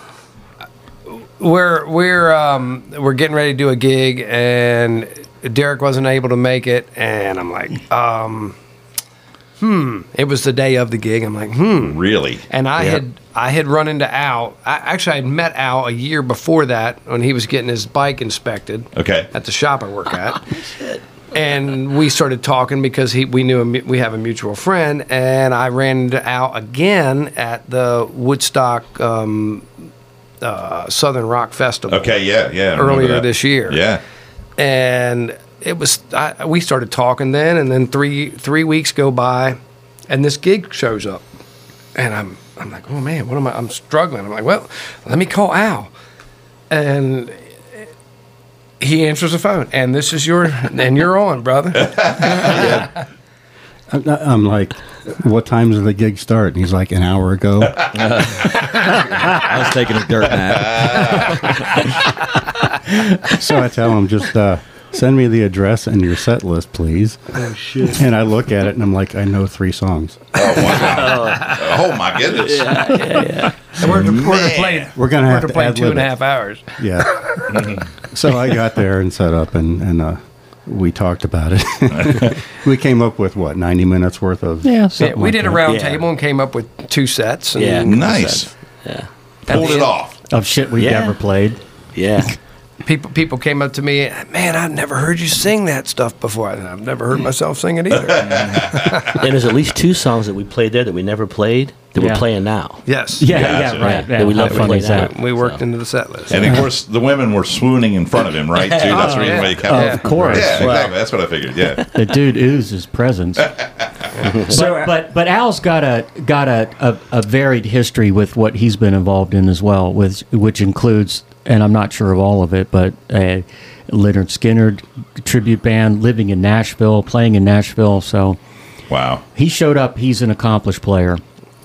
[SPEAKER 4] we're we're um, we're getting ready to do a gig, and Derek wasn't able to make it, and I'm like, um, hmm. It was the day of the gig. I'm like, hmm.
[SPEAKER 1] really?
[SPEAKER 4] And I
[SPEAKER 5] Yeah.
[SPEAKER 4] had I had run into Al. I, actually, I had met Al a year before that when he was getting his bike inspected
[SPEAKER 1] Okay.
[SPEAKER 4] at the shop I work at. And we started talking because he, we knew a, mu- we have a mutual friend, and I ran into Al again at the Woodstock um, uh, Southern Rock Festival
[SPEAKER 1] Okay. Yeah. Yeah. I remember
[SPEAKER 4] earlier
[SPEAKER 1] that.
[SPEAKER 4] this year
[SPEAKER 1] Yeah.
[SPEAKER 4] and it was I, we started talking then and then three three weeks go by and this gig shows up and i'm i'm like oh man what am i i'm struggling i'm like well let me call al and he answers the phone and this is your and you're on brother
[SPEAKER 8] I'm like, what time does the gig start? And he's like, an hour ago.
[SPEAKER 3] I was taking a dirt nap.
[SPEAKER 8] so I tell him, just uh, send me the address and your set list, please. Oh, shit. And I look at it and I'm like, I know three songs.
[SPEAKER 1] Oh, wow. oh my goodness.
[SPEAKER 4] And we're, we're
[SPEAKER 1] Man.
[SPEAKER 4] to play.
[SPEAKER 8] We're gonna
[SPEAKER 4] we're
[SPEAKER 8] have
[SPEAKER 4] to
[SPEAKER 8] to
[SPEAKER 4] play
[SPEAKER 8] ad-lib
[SPEAKER 4] two and a
[SPEAKER 8] it.
[SPEAKER 4] half hours.
[SPEAKER 8] Yeah. so I got there and set up and, and uh, we talked about it. we came up with what, 90 minutes worth of.
[SPEAKER 6] Yeah,
[SPEAKER 4] Yeah,
[SPEAKER 6] something
[SPEAKER 4] we
[SPEAKER 6] like
[SPEAKER 4] did a
[SPEAKER 6] that.
[SPEAKER 4] round
[SPEAKER 5] Yeah.
[SPEAKER 4] table and came up with two sets. And
[SPEAKER 5] Yeah.
[SPEAKER 1] Nice. Pulled it off.
[SPEAKER 6] of shit we've
[SPEAKER 5] Yeah.
[SPEAKER 6] ever played.
[SPEAKER 5] Yeah.
[SPEAKER 4] People people came up to me. Man, I've never heard you sing that stuff before. And I've never
[SPEAKER 1] Mm.
[SPEAKER 4] heard myself sing it either.
[SPEAKER 5] and there's at least two songs that we played there that we never played that we're
[SPEAKER 6] Yeah.
[SPEAKER 5] playing now.
[SPEAKER 4] yes.
[SPEAKER 6] Yeah, yeah,
[SPEAKER 1] Gotcha.
[SPEAKER 6] right.
[SPEAKER 5] Yeah,
[SPEAKER 6] Yeah,
[SPEAKER 5] we love
[SPEAKER 6] how
[SPEAKER 5] to play
[SPEAKER 6] is
[SPEAKER 5] that.
[SPEAKER 4] We worked
[SPEAKER 5] So.
[SPEAKER 4] into the set list.
[SPEAKER 1] And of course, the women were swooning in front of him, right? Too. That's the reason why he kept
[SPEAKER 4] Of
[SPEAKER 1] it.
[SPEAKER 6] course.
[SPEAKER 1] Yeah,
[SPEAKER 6] Wow.
[SPEAKER 1] exactly. That's what I figured. Yeah.
[SPEAKER 6] The dude oozes presence.
[SPEAKER 2] So,
[SPEAKER 6] but, but but Al's got a got a, a, a varied history with what he's been involved in as well, with which includes, and I'm not sure of all of it, but a Leonard Skinner tribute band, living in Nashville, playing in Nashville. So
[SPEAKER 1] Wow.
[SPEAKER 6] he showed up. He's an accomplished player.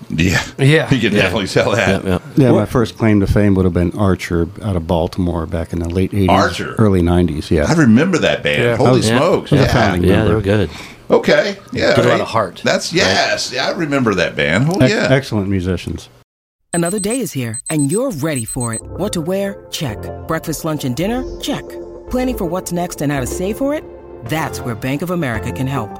[SPEAKER 1] Yeah.
[SPEAKER 4] Yeah.
[SPEAKER 1] You can definitely tell that.
[SPEAKER 5] Yep, yep.
[SPEAKER 8] Yeah, my first claim to fame would have been Archer out of Baltimore back in the late 80s.
[SPEAKER 1] Archer?
[SPEAKER 8] Early 90s, yeah.
[SPEAKER 1] I remember that band.
[SPEAKER 4] Yeah.
[SPEAKER 1] Holy
[SPEAKER 5] Yeah.
[SPEAKER 1] smokes.
[SPEAKER 8] Yeah.
[SPEAKER 1] Yeah.
[SPEAKER 5] Yeah, they were good.
[SPEAKER 1] Okay. Yeah.
[SPEAKER 5] Did a lot
[SPEAKER 1] right.
[SPEAKER 5] of heart,
[SPEAKER 1] That's yes. Yeah, I remember that band. Oh
[SPEAKER 8] Ex-
[SPEAKER 1] yeah.
[SPEAKER 8] Excellent musicians.
[SPEAKER 9] Another day is here, and you're ready for it. What to wear? Check. Breakfast, lunch, and dinner? Check. Planning for what's next and how to save for it? That's where Bank of America can help.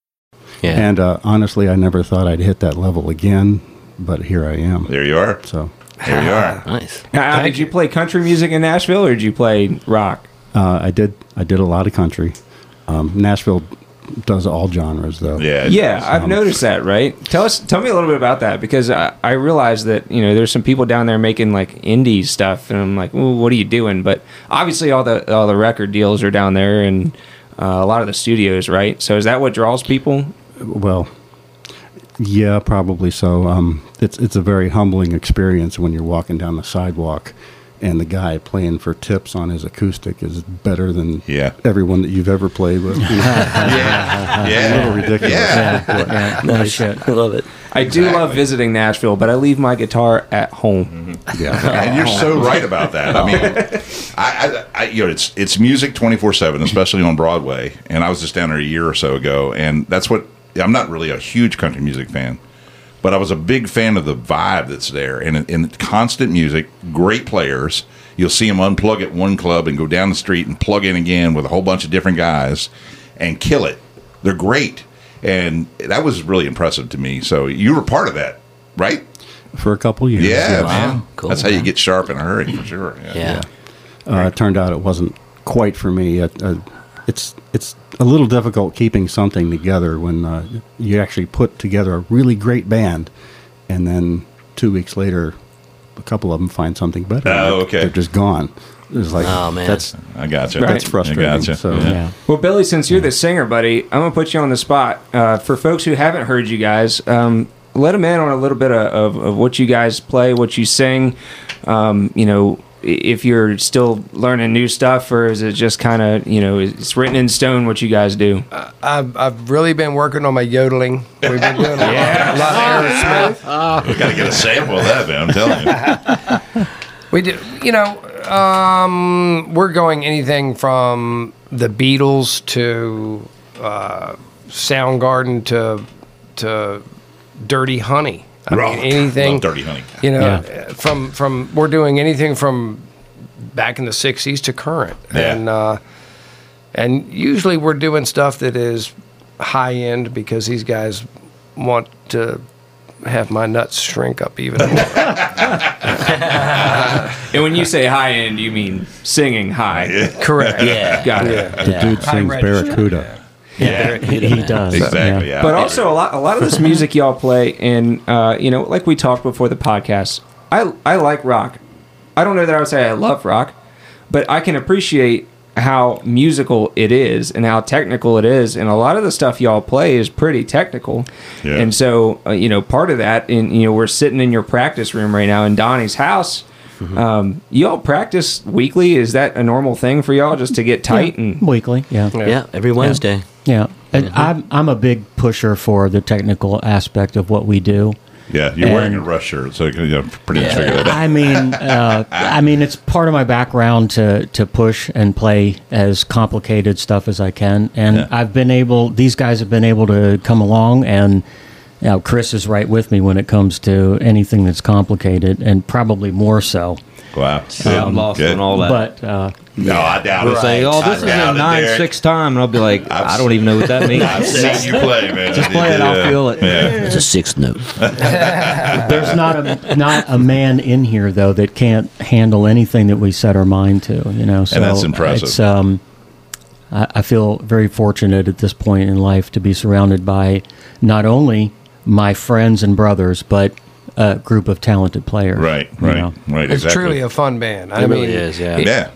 [SPEAKER 5] Yeah.
[SPEAKER 8] And uh, honestly, I never thought I'd hit that level again, but here I am.
[SPEAKER 1] There you are.
[SPEAKER 8] So
[SPEAKER 1] There you are.
[SPEAKER 5] nice.
[SPEAKER 2] Al, did you play country music in Nashville or did you play rock?
[SPEAKER 8] uh, I did. I did a lot of country. Um, Nashville does all genres, though.
[SPEAKER 1] Yeah.
[SPEAKER 2] Yeah, I've
[SPEAKER 8] Um,
[SPEAKER 2] noticed that. Right? Tell us, tell me a little bit about that because I, I realize that you know there's some people down there making like indie stuff, and I'm like, well, what are you doing? But obviously, all the all the record deals are down there, and uh, a lot of the studios, right? So is that what draws people?
[SPEAKER 8] Well, yeah, probably so. Um, it's it's a very humbling experience when you're walking down the sidewalk, and the guy playing for tips on his acoustic is better than
[SPEAKER 1] Yeah.
[SPEAKER 8] everyone that you've ever played with.
[SPEAKER 1] Yeah.
[SPEAKER 8] A little
[SPEAKER 1] yeah.
[SPEAKER 8] ridiculous.
[SPEAKER 1] Yeah.
[SPEAKER 5] Nice. I love it.
[SPEAKER 2] I do love visiting Nashville, but I leave my guitar at home.
[SPEAKER 1] And you're so right about that. I mean, I, I, I you know, it's it's music 24 seven, especially on Broadway. And I was just down there a year or so ago, and that's what I'm not really a huge country music fan, but I was a big fan of the vibe that's there, and and constant music, great players. You'll see them unplug at one club and go down the street and plug in again with a whole bunch of different guys, and kill it. They're great, and that was really impressive to me. So you were part of that, right?
[SPEAKER 8] for a couple years.
[SPEAKER 1] Yeah,
[SPEAKER 8] yes.
[SPEAKER 1] man.
[SPEAKER 5] Cool.
[SPEAKER 1] That's how you get sharp in a hurry for sure. Yeah.
[SPEAKER 5] Yeah.
[SPEAKER 8] Uh, it turned out it wasn't quite for me. Uh, uh, it's it's a little difficult keeping something together when uh, you actually put together a really great band, and then two weeks later, a couple of them find something better.
[SPEAKER 1] Oh, okay.
[SPEAKER 8] They're just gone. It's like
[SPEAKER 5] Oh, man.
[SPEAKER 8] that's
[SPEAKER 1] I got you.
[SPEAKER 8] that's frustrating.
[SPEAKER 1] I got you.
[SPEAKER 8] So
[SPEAKER 1] yeah.
[SPEAKER 6] Yeah.
[SPEAKER 2] Well, Billy, since you're the singer, buddy, I'm gonna put you on the spot. Uh, for folks who haven't heard you guys, um, let them in on a little bit of, of, of what you guys play, what you sing. Um, you know, i- if you're still learning new stuff, or is it just kind of you know, it's written in stone what you guys do?
[SPEAKER 4] I've, I've really been working on my yodeling. We've been doing a, lot, a lot of Aerosmith.
[SPEAKER 1] We got to get a sample of that, man. I'm telling you.
[SPEAKER 4] We do, you know, um, we're going anything from the Beatles to uh, Soundgarden to to Dirty Honey. I mean,
[SPEAKER 1] Rock.
[SPEAKER 4] anything,
[SPEAKER 1] Love dirty honey.
[SPEAKER 4] you know, from from we're doing anything from back in the '60s to current,
[SPEAKER 1] Yeah.
[SPEAKER 4] and uh, And usually we're doing stuff that is high end because these guys want to have my nuts shrink up even more.
[SPEAKER 2] And when you say high end, you mean singing high.
[SPEAKER 4] Correct.
[SPEAKER 5] Yeah.
[SPEAKER 2] Got it.
[SPEAKER 4] Yeah.
[SPEAKER 8] The dude
[SPEAKER 4] High
[SPEAKER 8] sings
[SPEAKER 4] register.
[SPEAKER 8] Barracuda.
[SPEAKER 5] Yeah,
[SPEAKER 6] he, he does.
[SPEAKER 1] Exactly, yeah.
[SPEAKER 2] But also a lot, a lot of this music y'all play, and uh, you know, like we talked before the podcast, I I like rock. I don't know that I would say I love rock, but I can appreciate how musical it is and how technical it is, and a lot of the stuff y'all play is pretty technical.
[SPEAKER 1] Yeah.
[SPEAKER 2] And so, uh, you know, part of that, and you know, we're sitting in your practice room right now in Donnie's house.
[SPEAKER 1] Mm-hmm.
[SPEAKER 2] Um, y'all practice weekly? Is that a normal thing for y'all just to get tight and
[SPEAKER 6] Weekly, yeah.
[SPEAKER 5] Yeah, every Wednesday.
[SPEAKER 6] Yeah. And I'm, I'm a big pusher for the technical aspect of what we do.
[SPEAKER 1] Yeah, you're wearing a
[SPEAKER 6] And-
[SPEAKER 1] rush shirt, so you can you know, pretty much figure that out.
[SPEAKER 6] I mean, uh, I mean, it's part of my background to to push and play as complicated stuff as I can, and
[SPEAKER 1] Yeah.
[SPEAKER 6] I've been able. These guys have been able to come along, and you know, Chris is right with me when it comes to anything that's complicated, and probably more so.
[SPEAKER 1] Wow.
[SPEAKER 3] Yeah, I'm lost
[SPEAKER 1] Good.
[SPEAKER 3] on all that.
[SPEAKER 6] But uh,
[SPEAKER 1] No, I doubt
[SPEAKER 3] I'll
[SPEAKER 1] it.
[SPEAKER 3] say, oh, this
[SPEAKER 1] I
[SPEAKER 3] is
[SPEAKER 1] doubt it,
[SPEAKER 3] a nine
[SPEAKER 1] Derek.
[SPEAKER 3] six time, and I'll be like, I've, I do not even know what that means.
[SPEAKER 1] I've seen you play, man. Just
[SPEAKER 3] play it, I'll feel it.
[SPEAKER 1] Yeah.
[SPEAKER 5] It's a sixth note.
[SPEAKER 6] there's not a not a man in here though that can't handle anything that we set our mind to. You know, so
[SPEAKER 1] that's impressive.
[SPEAKER 6] It's, um, I, I feel very fortunate at this point in life to be surrounded by not only my friends and brothers, but a group of talented players.
[SPEAKER 1] Right,
[SPEAKER 6] you
[SPEAKER 1] right,
[SPEAKER 6] know.
[SPEAKER 1] right.
[SPEAKER 4] It's
[SPEAKER 1] exactly.
[SPEAKER 4] truly a fun band. I
[SPEAKER 5] It
[SPEAKER 4] mean,
[SPEAKER 5] really is, yeah.
[SPEAKER 1] yeah.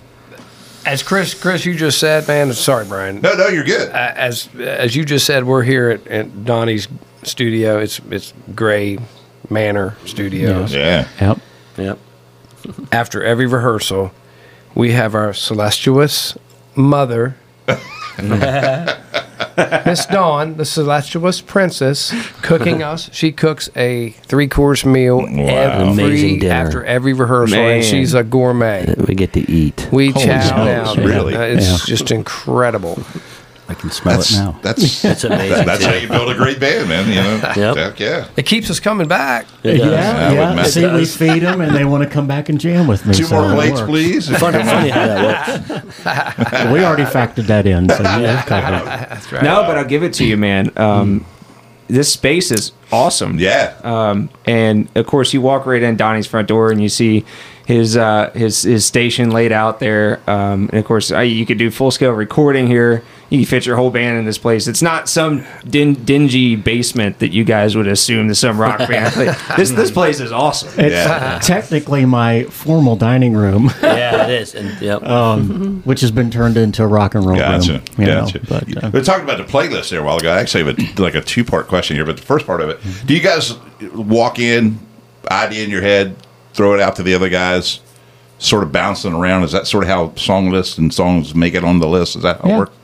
[SPEAKER 4] as Chris, Chris, you just said, man. Sorry, Brian.
[SPEAKER 1] No, no, you're good.
[SPEAKER 3] Uh,
[SPEAKER 4] as as you just said, we're here at, at Donnie's studio. It's it's Gray Manor Studios.
[SPEAKER 1] yeah.
[SPEAKER 6] Yep.
[SPEAKER 5] Yep.
[SPEAKER 4] After every rehearsal, we have our celestious mother, Miss Dawn, the celestious princess, cooking us. She cooks a three course meal every
[SPEAKER 5] Amazing dinner. Uh,
[SPEAKER 4] after e- every rehearsal,
[SPEAKER 2] Man.
[SPEAKER 4] and she's a gourmet.
[SPEAKER 5] We get to eat.
[SPEAKER 4] We chow
[SPEAKER 1] smokes,
[SPEAKER 4] down.
[SPEAKER 1] really?
[SPEAKER 4] Uh, It's just incredible.
[SPEAKER 8] I can smell
[SPEAKER 1] That's,
[SPEAKER 8] it now.
[SPEAKER 1] that's,
[SPEAKER 5] It's amazing.
[SPEAKER 1] that's how you build a great band, man. You know?
[SPEAKER 5] Yep.
[SPEAKER 1] Heck yeah.
[SPEAKER 4] It keeps us coming back.
[SPEAKER 5] It does.
[SPEAKER 1] I would
[SPEAKER 6] Yeah, yeah.
[SPEAKER 1] mess
[SPEAKER 6] See, we
[SPEAKER 1] does.
[SPEAKER 6] feed them, and they want to come back and jam with me.
[SPEAKER 1] Two
[SPEAKER 6] so
[SPEAKER 1] more
[SPEAKER 6] it
[SPEAKER 1] plates,
[SPEAKER 6] works.
[SPEAKER 1] please.
[SPEAKER 5] Funny, funny how that works.
[SPEAKER 6] We already factored that in, so you have covered. it.
[SPEAKER 4] That's right.
[SPEAKER 2] No, but I'll give it to you, man. Um, this space is awesome.
[SPEAKER 1] Yeah.
[SPEAKER 6] Oh.
[SPEAKER 2] Um, and of course, you walk right in Donnie's front door, and you see his uh, his his station laid out there. Um, and of course, I, you could do full scale recording here. You can fit your whole band in this place. It's not some din- dingy basement that you guys would assume that some rock band. play. This this place is awesome.
[SPEAKER 6] It's
[SPEAKER 1] Yeah.
[SPEAKER 6] technically my formal dining room.
[SPEAKER 5] Yeah, it is. And yep.
[SPEAKER 6] um, which has been turned into a rock and roll
[SPEAKER 1] Gotcha.
[SPEAKER 6] room. you know,
[SPEAKER 1] gotcha.
[SPEAKER 6] but, uh,
[SPEAKER 1] we were talking about the playlist there a while ago. I actually have a, like a two part question here, but the first part of it do you guys walk in, idea in your head, throw it out to the other guys, sort of bouncing around? Is that sort of how song lists and songs make it on the list? Is that how
[SPEAKER 6] Yeah.
[SPEAKER 1] it works?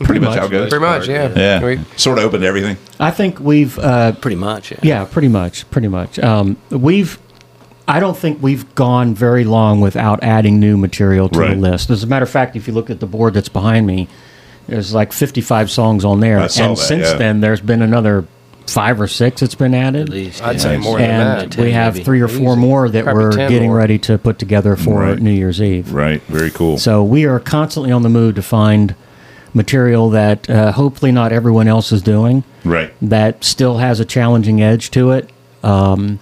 [SPEAKER 1] Pretty, much,
[SPEAKER 6] much.
[SPEAKER 1] how it goes.
[SPEAKER 4] Pretty much, yeah.
[SPEAKER 1] Yeah.
[SPEAKER 4] We-
[SPEAKER 1] sort of open to everything.
[SPEAKER 6] I think we've, uh,
[SPEAKER 5] Pretty much. Yeah.
[SPEAKER 6] yeah, pretty much, pretty much. Um, we've, I don't think we've gone very long without adding new material to
[SPEAKER 1] Right.
[SPEAKER 6] the list. As a matter of fact, if you look at the board that's behind me, there's like 55 songs on there,
[SPEAKER 1] I saw
[SPEAKER 6] and
[SPEAKER 1] that,
[SPEAKER 6] since
[SPEAKER 1] yeah.
[SPEAKER 6] then there's been another five or six that's been added.
[SPEAKER 5] At least.
[SPEAKER 4] I'd
[SPEAKER 5] yeah.
[SPEAKER 4] say more than that.
[SPEAKER 6] And
[SPEAKER 5] Ten,
[SPEAKER 6] we have
[SPEAKER 5] maybe.
[SPEAKER 6] three or four
[SPEAKER 4] Easy.
[SPEAKER 6] more that
[SPEAKER 4] Probably
[SPEAKER 6] we're
[SPEAKER 4] ten
[SPEAKER 6] getting
[SPEAKER 4] more.
[SPEAKER 6] ready to put together for
[SPEAKER 1] Right.
[SPEAKER 6] New Year's Eve.
[SPEAKER 1] Right. Very cool.
[SPEAKER 6] So we are constantly on the move to find material that uh, hopefully not everyone else is doing,
[SPEAKER 1] right.
[SPEAKER 6] that still has a challenging edge to it, um,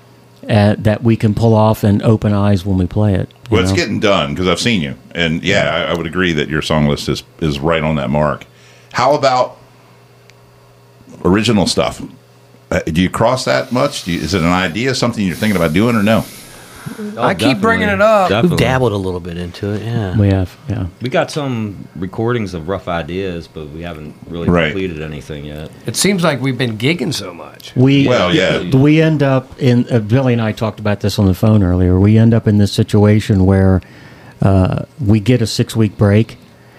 [SPEAKER 6] uh, that we can pull off and open eyes when we play it. you
[SPEAKER 1] Well, it's
[SPEAKER 6] know?
[SPEAKER 1] getting done because I've seen you, and yeah, I, I would agree that your song list is is right on that mark. How about original stuff? Uh, do you cross that much? Do you, is it an idea, something you're thinking about doing, or no?
[SPEAKER 3] Oh,
[SPEAKER 4] I keep bringing
[SPEAKER 3] definitely.
[SPEAKER 4] it up.
[SPEAKER 5] We've
[SPEAKER 3] Definitely.
[SPEAKER 5] dabbled a little bit into it. Yeah.
[SPEAKER 6] We have, yeah.
[SPEAKER 3] We got some recordings of rough ideas, but we haven't really
[SPEAKER 1] Right.
[SPEAKER 3] completed anything yet.
[SPEAKER 4] It seems like we've been gigging so much.
[SPEAKER 6] We
[SPEAKER 1] Well, yeah.
[SPEAKER 6] we end up in uh, Billy and I talked about this on the phone earlier. We end up in this situation where uh, we get a six week break,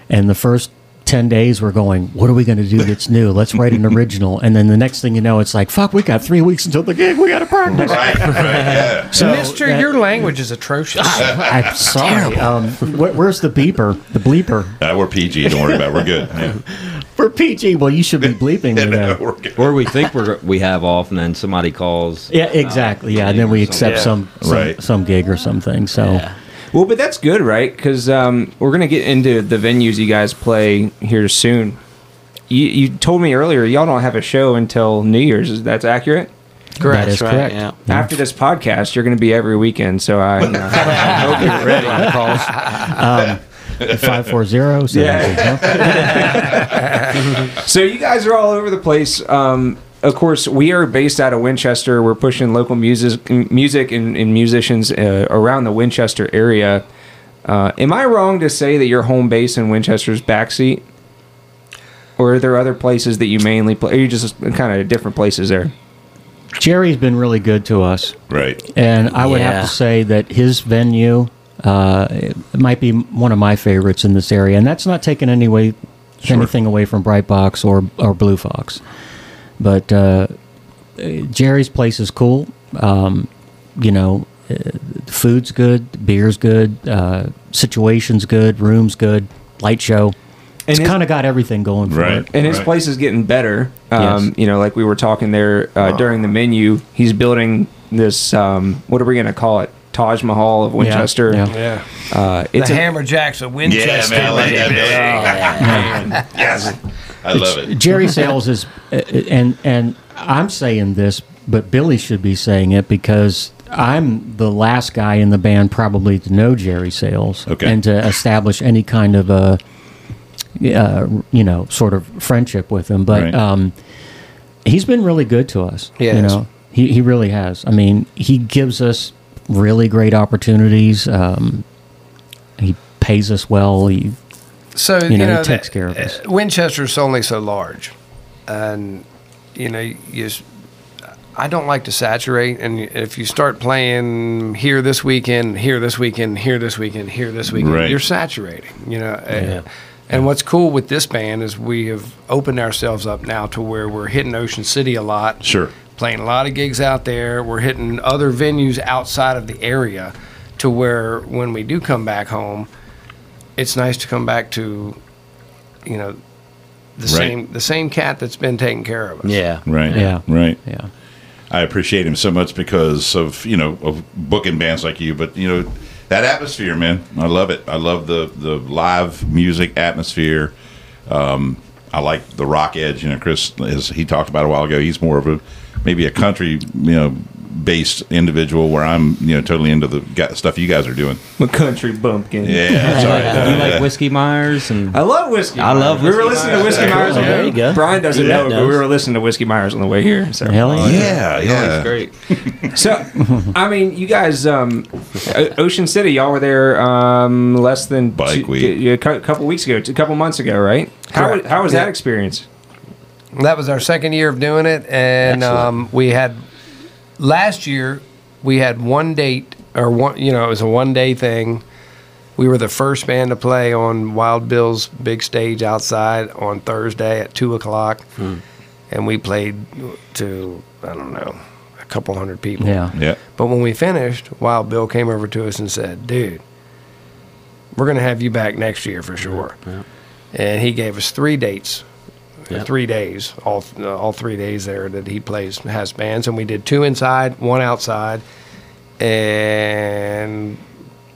[SPEAKER 6] and the first ten days we're going, "What are we going to do that's new? Let's write an original." And then the next thing you know, it's like, "Fuck, we got three weeks until the gig. We got to practice."
[SPEAKER 1] Right, right, yeah.
[SPEAKER 6] So
[SPEAKER 4] Mister,
[SPEAKER 6] that- Ah.
[SPEAKER 4] your language is atrocious.
[SPEAKER 6] I'm sorry. Um, where, where's the beeper? The bleeper
[SPEAKER 1] Uh, we're PG. Don't worry about. it. We're good. Yeah.
[SPEAKER 6] for PG? Well, you should be bleeping.
[SPEAKER 1] Yeah,
[SPEAKER 6] You
[SPEAKER 1] no,
[SPEAKER 6] know.
[SPEAKER 1] we're good.
[SPEAKER 3] Or we think we're we have off, and then somebody calls.
[SPEAKER 6] Yeah, exactly. Yeah, and then we accept some some,
[SPEAKER 1] Right.
[SPEAKER 6] some gig or something. So.
[SPEAKER 2] Well, but that's good, right? Because um, we're gonna get into the venues you guys play here soon. You, you told me earlier y'all don't have a show until New Year's. Is That's accurate.
[SPEAKER 5] Correct. That is That's right, correct. yeah.
[SPEAKER 2] After this podcast, you're going to be every weekend, so I, I hope you're ready.
[SPEAKER 6] Um, 540
[SPEAKER 2] so you guys are all over the place. Um, of course, we are based out of Winchester. We're pushing local music, music and, and musicians uh, around the Winchester area. Uh, am I wrong to say that your home base in Winchester's backseat, or are there other places that you mainly play? Are you just kind of different places there?
[SPEAKER 6] Jerry's been really good to us.
[SPEAKER 1] Right.
[SPEAKER 6] And I would
[SPEAKER 5] Yeah.
[SPEAKER 6] have to say that his venue uh, it might be one of my favorites in this area, and that's not taking any way, anything away from Bright Box or or Blue Fox. But uh, uh, Jerry's place is cool. Um, you know, uh, the food's good, the beer's good, uh, situation's good, room's good, light show. It's
[SPEAKER 2] his-
[SPEAKER 6] kind of got everything going for it.
[SPEAKER 2] And his place is getting better. Um,
[SPEAKER 6] Yes.
[SPEAKER 2] You know, like we were talking there uh, during the menu, he's building this. Um, what are we going to call it? Taj Mahal of Winchester.
[SPEAKER 6] yeah.
[SPEAKER 4] Yeah.
[SPEAKER 2] Uh,
[SPEAKER 4] The
[SPEAKER 2] it's a-
[SPEAKER 4] Hammer Jacks of Winchester.
[SPEAKER 1] man, I like that,
[SPEAKER 4] baby.
[SPEAKER 1] man.
[SPEAKER 4] Oh, man.
[SPEAKER 1] Yes. I
[SPEAKER 6] It's-
[SPEAKER 1] love it.
[SPEAKER 6] Jerry Sales is, uh, and and I'm saying this, but Billy should be saying it because I'm the last guy in the band probably to know Jerry Sales
[SPEAKER 1] Okay.
[SPEAKER 6] and to establish any kind of a, uh, you know, sort of friendship with him. But
[SPEAKER 1] Right.
[SPEAKER 6] um, he's been really good to us.
[SPEAKER 4] He
[SPEAKER 6] you
[SPEAKER 4] has.
[SPEAKER 6] know, he he really has. I mean, he gives us really great opportunities. Um, he pays us well. He
[SPEAKER 4] So
[SPEAKER 6] You know, he
[SPEAKER 4] the-
[SPEAKER 6] takes care of us.
[SPEAKER 4] uh, Winchester's only so large, and you know, you. s- I don't like to saturate, and if you start playing here this weekend, here this weekend, here this weekend, here this weekend,
[SPEAKER 1] Right.
[SPEAKER 4] you're saturating. You know, and, and what's cool with this band is we have opened ourselves up now to where we're hitting Ocean City a lot,
[SPEAKER 1] Sure.
[SPEAKER 4] playing a lot of gigs out there. We're hitting other venues outside of the area to where when we do come back home, it's nice to come back to, you know, the
[SPEAKER 1] Right.
[SPEAKER 4] same the same cat that's been taking care of us.
[SPEAKER 5] Yeah.
[SPEAKER 1] Right.
[SPEAKER 6] Yeah.
[SPEAKER 1] Right.
[SPEAKER 6] yeah.
[SPEAKER 1] I appreciate him so much because of you know of booking bands like you, but you know that atmosphere, man. I love it. I love the the live music atmosphere. Um, I like the rock edge. You know, Chris, as he talked about a while ago, he's more of a maybe a country you know based individual, where I'm you know totally into the ga- stuff you guys are doing.
[SPEAKER 2] I'm a country bumpkin.
[SPEAKER 1] Yeah, sorry.
[SPEAKER 3] You like Whiskey Myers and
[SPEAKER 2] I love whiskey.
[SPEAKER 3] I love
[SPEAKER 2] We were
[SPEAKER 3] Whiskey
[SPEAKER 2] listening to
[SPEAKER 3] Myers.
[SPEAKER 2] whiskey
[SPEAKER 3] Yeah,
[SPEAKER 2] Myers.
[SPEAKER 5] cool.
[SPEAKER 2] on the
[SPEAKER 5] There
[SPEAKER 2] way-
[SPEAKER 5] you go.
[SPEAKER 2] Brian doesn't
[SPEAKER 5] Yeah,
[SPEAKER 2] know, but we
[SPEAKER 5] knows.
[SPEAKER 2] were listening to whiskey Myers on the way here. So.
[SPEAKER 6] Hell
[SPEAKER 1] yeah,
[SPEAKER 6] yeah.
[SPEAKER 3] It's
[SPEAKER 1] yeah.
[SPEAKER 3] great.
[SPEAKER 2] So, I mean, you guys, um, O- Ocean City, y'all were there um, less than
[SPEAKER 1] Bike week.
[SPEAKER 2] a cou- couple weeks ago, a couple months ago, right? How,
[SPEAKER 4] Correct.
[SPEAKER 2] how was that
[SPEAKER 4] Yeah.
[SPEAKER 2] experience?
[SPEAKER 4] That was our second year of doing it, and um, we had last year we had one date or one you know it was a one day thing. We were the first band to play on Wild Bill's big stage outside on Thursday at two o'clock, and we played to I don't know a couple hundred people.
[SPEAKER 6] Yeah.
[SPEAKER 1] Yeah.
[SPEAKER 4] But when we finished, Wild Bill came over to us and said, "Dude, we're gonna have you back next year for sure." And he gave us three dates,
[SPEAKER 5] Yeah.
[SPEAKER 4] three days, all uh, all three days there that he plays has bands, and we did two inside, one outside, and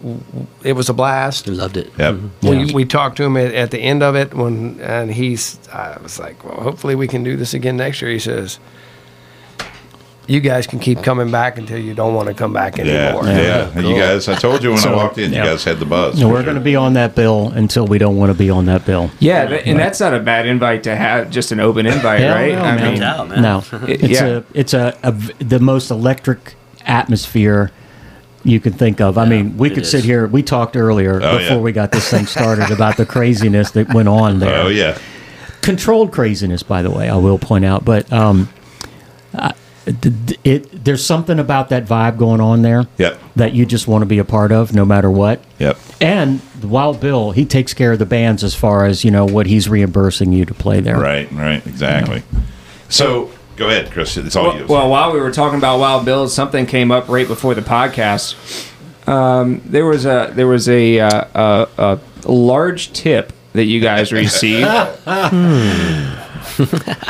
[SPEAKER 4] w- it was a blast.
[SPEAKER 5] Loved it. Mm-hmm.
[SPEAKER 1] Yep.
[SPEAKER 4] We, we talked to him at, at the end of it when, and he's. I was like, well, hopefully we can do this again next year. He says, you guys can keep coming back until you don't want to come back
[SPEAKER 1] Yeah,
[SPEAKER 4] anymore.
[SPEAKER 1] yeah. And You guys, I told you when I walked in,
[SPEAKER 6] yeah.
[SPEAKER 1] you guys had the buzz.
[SPEAKER 6] No,
[SPEAKER 1] for
[SPEAKER 6] we're
[SPEAKER 1] sure.
[SPEAKER 6] going to be on that bill until we don't want to be on that bill.
[SPEAKER 2] Yeah, tha- and that's not a bad invite to have, just an open invite,
[SPEAKER 6] Hell
[SPEAKER 2] right?
[SPEAKER 6] no,
[SPEAKER 2] I
[SPEAKER 6] man.
[SPEAKER 2] mean,
[SPEAKER 5] doubt, man.
[SPEAKER 6] No,
[SPEAKER 2] It-
[SPEAKER 6] it's
[SPEAKER 2] yeah.
[SPEAKER 6] a it's a, a v- the most electric atmosphere you can think of. I mean, we
[SPEAKER 5] it
[SPEAKER 6] could
[SPEAKER 5] is.
[SPEAKER 6] sit here. We talked earlier
[SPEAKER 1] Oh,
[SPEAKER 6] before
[SPEAKER 1] yeah.
[SPEAKER 6] we got this thing started about the craziness that went on there.
[SPEAKER 1] Oh yeah.
[SPEAKER 6] controlled craziness, by the way. I will point out, but um, I, d- d- it there's something about that vibe going on there.
[SPEAKER 1] Yep.
[SPEAKER 6] That you just want to be a part of, no matter what.
[SPEAKER 1] Yep.
[SPEAKER 6] And Wild Bill, he takes care of the bands as far as you know what he's reimbursing you to play there.
[SPEAKER 1] Right, right, exactly. So go ahead, Chris. It's all you.
[SPEAKER 2] Well, well, while we were talking about Wild Bill, something came up right before the podcast. Um, there was a there was a, uh, a, a large tip that you guys received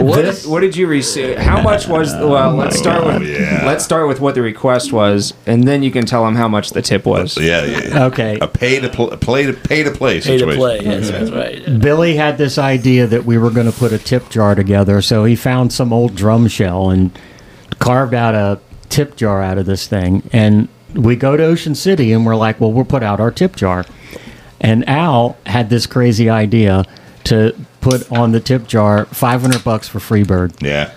[SPEAKER 2] what, did, what did you receive? How much was? Well, let's start
[SPEAKER 1] Oh,
[SPEAKER 2] with. Let's start with what the request was, and then you can tell them how much the tip was.
[SPEAKER 1] Yeah, yeah. yeah.
[SPEAKER 6] Okay.
[SPEAKER 1] A pay to pl- a play to pay to play
[SPEAKER 5] Pay to
[SPEAKER 1] situation.
[SPEAKER 5] play. Yes, that's right.
[SPEAKER 6] Billy had this idea that we were going to put a tip jar together, so he found some old drum shell and carved out a tip jar out of this thing. And we go to Ocean City and we're like, well, we'll put out our tip jar. And Al had this crazy idea to put on the tip jar 500 bucks for Freebird.
[SPEAKER 1] Yeah.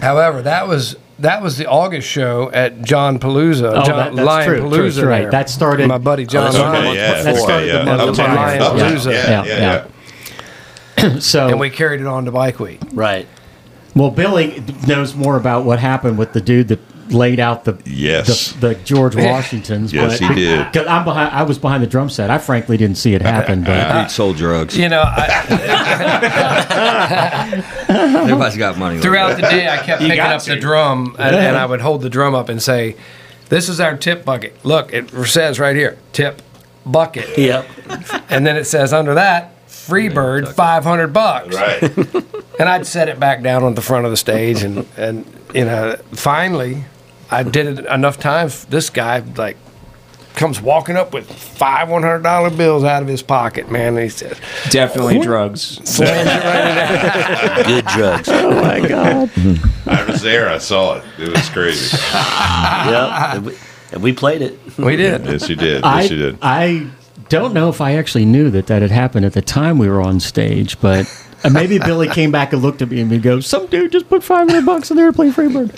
[SPEAKER 4] However, that was that was the August show at John Palooza,
[SPEAKER 6] Oh,
[SPEAKER 4] John,
[SPEAKER 6] that- that's
[SPEAKER 4] Lion
[SPEAKER 6] true, true,
[SPEAKER 4] Palooza.
[SPEAKER 6] that's right.
[SPEAKER 4] there.
[SPEAKER 6] That started-
[SPEAKER 4] my buddy John.
[SPEAKER 1] Okay,
[SPEAKER 4] Lion.
[SPEAKER 1] yeah,
[SPEAKER 6] That
[SPEAKER 1] okay,
[SPEAKER 6] Uh, started
[SPEAKER 1] yeah.
[SPEAKER 6] the month
[SPEAKER 1] Up
[SPEAKER 6] of
[SPEAKER 1] to-
[SPEAKER 6] July.
[SPEAKER 1] up to-
[SPEAKER 6] Yeah,
[SPEAKER 1] Yeah, yeah,
[SPEAKER 6] yeah.
[SPEAKER 1] yeah.
[SPEAKER 6] So
[SPEAKER 4] and we carried it on to Bike Week.
[SPEAKER 5] Right.
[SPEAKER 6] Well, Billy knows more about what happened with the dude that laid out the
[SPEAKER 1] Yes.
[SPEAKER 6] the, the George Washingtons.
[SPEAKER 1] Yes, he did.
[SPEAKER 6] Because I'm behind, I was behind the drum set. I frankly didn't see it happen, but
[SPEAKER 3] Dude sold drugs.
[SPEAKER 4] You know, I,
[SPEAKER 3] Everybody's got money. like
[SPEAKER 4] throughout
[SPEAKER 3] that.
[SPEAKER 4] the day, I kept picking
[SPEAKER 2] got
[SPEAKER 4] up the
[SPEAKER 2] to.
[SPEAKER 4] drum, and, and I would hold the drum up and say, "This is our tip bucket. Look, it says right here, tip bucket."
[SPEAKER 5] Yep.
[SPEAKER 4] and then it says under that Freebird five hundred bucks.
[SPEAKER 1] Right.
[SPEAKER 4] And I'd set it back down on the front of the stage, and and you know, finally, I did it enough times. This guy like comes walking up with five one hundred dollar bills out of his pocket, man, and he says,
[SPEAKER 2] Definitely drugs.
[SPEAKER 5] Good drugs. yep.
[SPEAKER 1] I was there. I saw it. It was crazy.
[SPEAKER 5] And we, and we played it.
[SPEAKER 4] "We did."
[SPEAKER 1] yes, you did. Yes,
[SPEAKER 6] I
[SPEAKER 1] you did.
[SPEAKER 6] I don't know if I actually knew that that had happened at the time we were on stage, but uh, maybe Billy came back and looked at me and he goes, "Some dude just put five hundred bucks in there to play Freebird."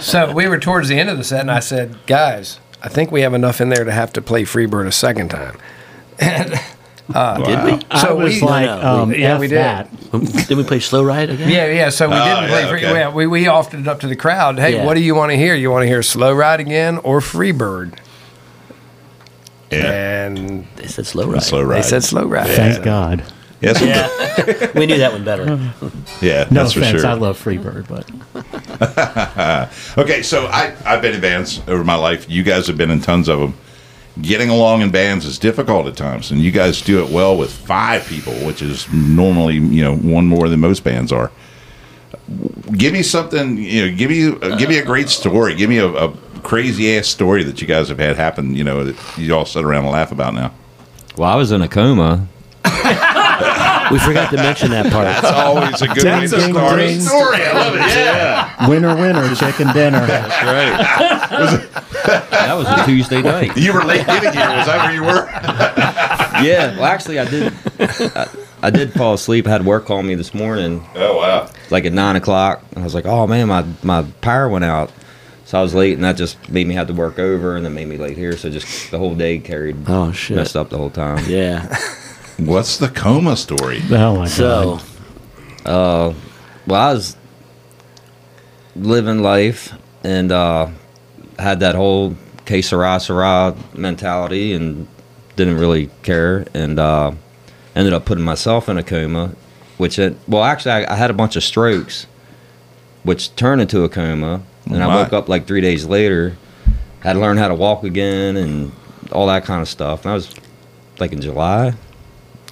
[SPEAKER 4] So we were towards the end of the set, and I said, "Guys, I think we have enough in there to have to play Freebird a second time."
[SPEAKER 5] Did we?
[SPEAKER 6] I
[SPEAKER 4] So
[SPEAKER 6] was
[SPEAKER 4] we-
[SPEAKER 6] like,
[SPEAKER 5] No,
[SPEAKER 6] um,
[SPEAKER 4] we- yeah,
[SPEAKER 6] F
[SPEAKER 4] we did.
[SPEAKER 6] that.
[SPEAKER 5] Did we play Slow Ride again?
[SPEAKER 4] Yeah, yeah. So we
[SPEAKER 1] Oh,
[SPEAKER 4] didn't play
[SPEAKER 1] yeah,
[SPEAKER 4] free.
[SPEAKER 1] okay.
[SPEAKER 4] yeah, we we offered it up to the crowd. Hey,
[SPEAKER 5] Yeah.
[SPEAKER 4] what do you want to hear? You want to hear Slow Ride again or Freebird?
[SPEAKER 1] Yeah.
[SPEAKER 4] And
[SPEAKER 5] They said Slow Ride.
[SPEAKER 1] Slow
[SPEAKER 4] they
[SPEAKER 1] ride.
[SPEAKER 4] said Slow Ride.
[SPEAKER 6] Thank God.
[SPEAKER 1] yes, yeah.
[SPEAKER 5] we knew that one better.
[SPEAKER 1] yeah
[SPEAKER 6] No
[SPEAKER 1] that's for
[SPEAKER 6] offense,
[SPEAKER 1] sure.
[SPEAKER 6] I love Freebird, but
[SPEAKER 1] Okay, so I, I've been in bands over my life. You guys have been in tons of them. Getting along in bands is difficult at times, and you guys do it well with five people, which is normally you know one more than most bands are. Give me something, you know. Give me uh, give me a great story. Give me a, a crazy ass story that you guys have had happen. You know that you all sit around and laugh about now.
[SPEAKER 3] Well, I was in a coma.
[SPEAKER 5] we forgot to mention that part.
[SPEAKER 1] That's always a good way to
[SPEAKER 6] Ding, ding,
[SPEAKER 1] start a
[SPEAKER 6] ding.
[SPEAKER 1] story. I love it. Yeah,
[SPEAKER 6] winner, winner, chicken dinner.
[SPEAKER 3] Right. that was a Tuesday night.
[SPEAKER 1] you were late getting here. Was that where you were?
[SPEAKER 3] Yeah. Well, actually, I did. I, I did fall asleep. I had work call me this morning,
[SPEAKER 1] Oh wow.
[SPEAKER 3] like at nine o'clock, and I was like, "Oh man, my my power went out." So I was late, and that just made me have to work over, and then made me late here. So just the whole day carried
[SPEAKER 5] Oh, shit.
[SPEAKER 3] messed up the whole time.
[SPEAKER 5] Yeah.
[SPEAKER 1] What's the coma story?
[SPEAKER 6] Oh my God.
[SPEAKER 5] So,
[SPEAKER 3] Well, I was living life and uh, had that whole que sera sera mentality and didn't really care and uh, ended up putting myself in a coma, which it, well actually I, I had a bunch of strokes, which turned into a coma, and
[SPEAKER 1] My.
[SPEAKER 3] I woke up like three days later, had to learn how to walk again and all that kind of stuff. And I was like in July,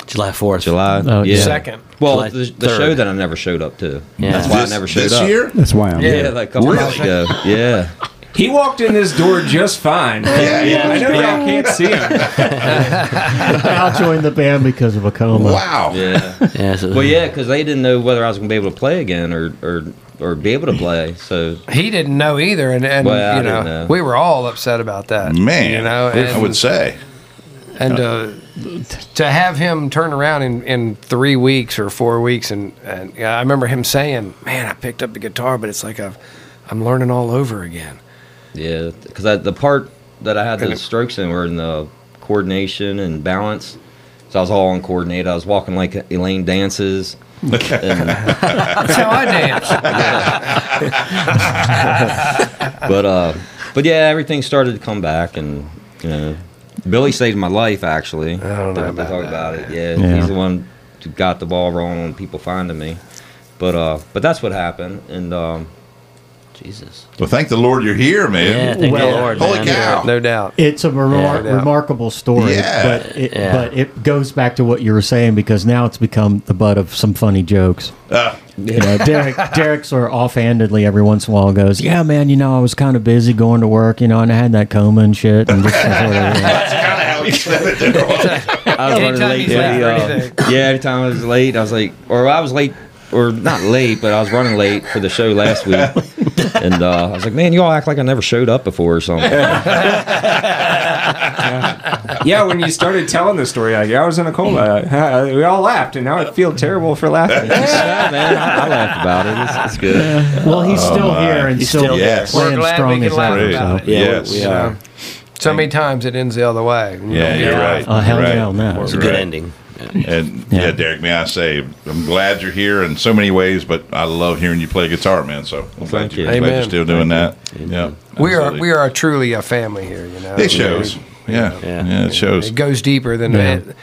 [SPEAKER 5] July 4th.
[SPEAKER 3] July,
[SPEAKER 6] Oh, yeah.
[SPEAKER 4] Second.
[SPEAKER 3] Well,
[SPEAKER 5] July
[SPEAKER 3] the, the show
[SPEAKER 5] third.
[SPEAKER 3] that I never showed up to.
[SPEAKER 5] Yeah.
[SPEAKER 3] That's why
[SPEAKER 1] This-
[SPEAKER 3] I never showed
[SPEAKER 1] this
[SPEAKER 3] up.
[SPEAKER 1] year?
[SPEAKER 8] That's why I'm
[SPEAKER 3] Yeah,
[SPEAKER 8] here.
[SPEAKER 3] like a couple months ago. Yeah.
[SPEAKER 2] He walked in this door just fine.
[SPEAKER 1] Yeah, yeah.
[SPEAKER 2] I know y'all can't see him.
[SPEAKER 6] Al joined the band because of a coma.
[SPEAKER 1] Wow.
[SPEAKER 3] Yeah.
[SPEAKER 5] Yeah. So,
[SPEAKER 3] Well, yeah, because they didn't know whether I was going to be able to play again or, or, or be able to play. So,
[SPEAKER 4] He didn't know either, and, and
[SPEAKER 3] Well, I
[SPEAKER 4] you know,
[SPEAKER 3] didn't know.
[SPEAKER 4] we were all upset about that.
[SPEAKER 1] Man,
[SPEAKER 4] you know, and,
[SPEAKER 1] I would say.
[SPEAKER 4] and uh, to have him turn around in, in three weeks or four weeks, and and yeah, I remember him saying, "Man, I picked up the guitar, but it's like I've, I'm learning all over again."
[SPEAKER 3] yeah, because the part that I had the strokes in were in the coordination and balance. So I was all uncoordinated. I was walking like Elaine dances. And,
[SPEAKER 4] That's how I dance.
[SPEAKER 3] but, uh, but yeah, everything started to come back and, you know, Billy saved my life, actually. I
[SPEAKER 4] don't know about
[SPEAKER 3] talk
[SPEAKER 4] that,
[SPEAKER 3] about it. Yeah,
[SPEAKER 6] Yeah.
[SPEAKER 3] he's the one who got the ball rolling on people finding me. But uh, but that's what happened, and um,
[SPEAKER 5] Jesus.
[SPEAKER 1] Well, thank the Lord you're here,
[SPEAKER 5] Yeah,
[SPEAKER 1] man.
[SPEAKER 5] thank the
[SPEAKER 1] Well,
[SPEAKER 5] Lord,
[SPEAKER 1] Holy
[SPEAKER 5] man.
[SPEAKER 1] cow.
[SPEAKER 4] No doubt.
[SPEAKER 6] It's a remar-
[SPEAKER 4] Yeah.
[SPEAKER 6] remarkable story,
[SPEAKER 1] Yeah.
[SPEAKER 6] but it,
[SPEAKER 5] Yeah.
[SPEAKER 6] but it goes back to what you were saying because now it's become the butt of some funny jokes.
[SPEAKER 1] Ah,
[SPEAKER 6] You know, Derek Derek sort of offhandedly every once in a while goes, "Yeah, man, you know, I was kind of busy going to work, you know, and I had that coma and shit." And this is sort of,
[SPEAKER 1] that's kind of how he said it.
[SPEAKER 3] I was running
[SPEAKER 4] Anytime
[SPEAKER 3] late.
[SPEAKER 4] he's late
[SPEAKER 3] for the,
[SPEAKER 4] for
[SPEAKER 3] uh,
[SPEAKER 4] anything.
[SPEAKER 3] yeah, every time I was late, I was like, or I was late, or not late, but I was running late for the show last week. And uh, I was like, man, you all act like I never showed up before or something.
[SPEAKER 2] yeah, when you started telling the story, like, yeah, I was in a coma, we all laughed, and now I feel terrible for laughing.
[SPEAKER 3] Yeah, man, I, I laugh about it. It's, it's good.
[SPEAKER 6] well, he's
[SPEAKER 1] Oh
[SPEAKER 6] still here and
[SPEAKER 5] He's
[SPEAKER 6] still,
[SPEAKER 5] still
[SPEAKER 1] there.
[SPEAKER 6] playing
[SPEAKER 4] We're glad we
[SPEAKER 6] strong
[SPEAKER 4] can
[SPEAKER 6] as
[SPEAKER 4] laugh
[SPEAKER 6] ever.
[SPEAKER 4] about
[SPEAKER 6] so.
[SPEAKER 4] it. Yeah,
[SPEAKER 1] yes.
[SPEAKER 3] uh,
[SPEAKER 5] we are.
[SPEAKER 4] So many times it ends the other way. you
[SPEAKER 1] Yeah,
[SPEAKER 4] know?
[SPEAKER 1] you're right.
[SPEAKER 6] Oh, hell
[SPEAKER 1] You're right.
[SPEAKER 6] no, no.
[SPEAKER 5] It's a
[SPEAKER 1] You're
[SPEAKER 5] good
[SPEAKER 1] right.
[SPEAKER 5] ending.
[SPEAKER 1] And yeah. Derek, may I say, I'm glad you're here in so many ways, but I love hearing you play guitar, man. So I'm glad,
[SPEAKER 3] thank
[SPEAKER 1] you.
[SPEAKER 3] you.
[SPEAKER 1] glad you're
[SPEAKER 4] Amen.
[SPEAKER 1] still doing that. Yeah,
[SPEAKER 4] We are
[SPEAKER 1] absolutely.
[SPEAKER 4] we are truly a family here. You know,
[SPEAKER 1] It shows. Yeah, yeah,
[SPEAKER 5] Yeah.
[SPEAKER 1] it shows.
[SPEAKER 4] It goes deeper than
[SPEAKER 6] Yeah.
[SPEAKER 4] that.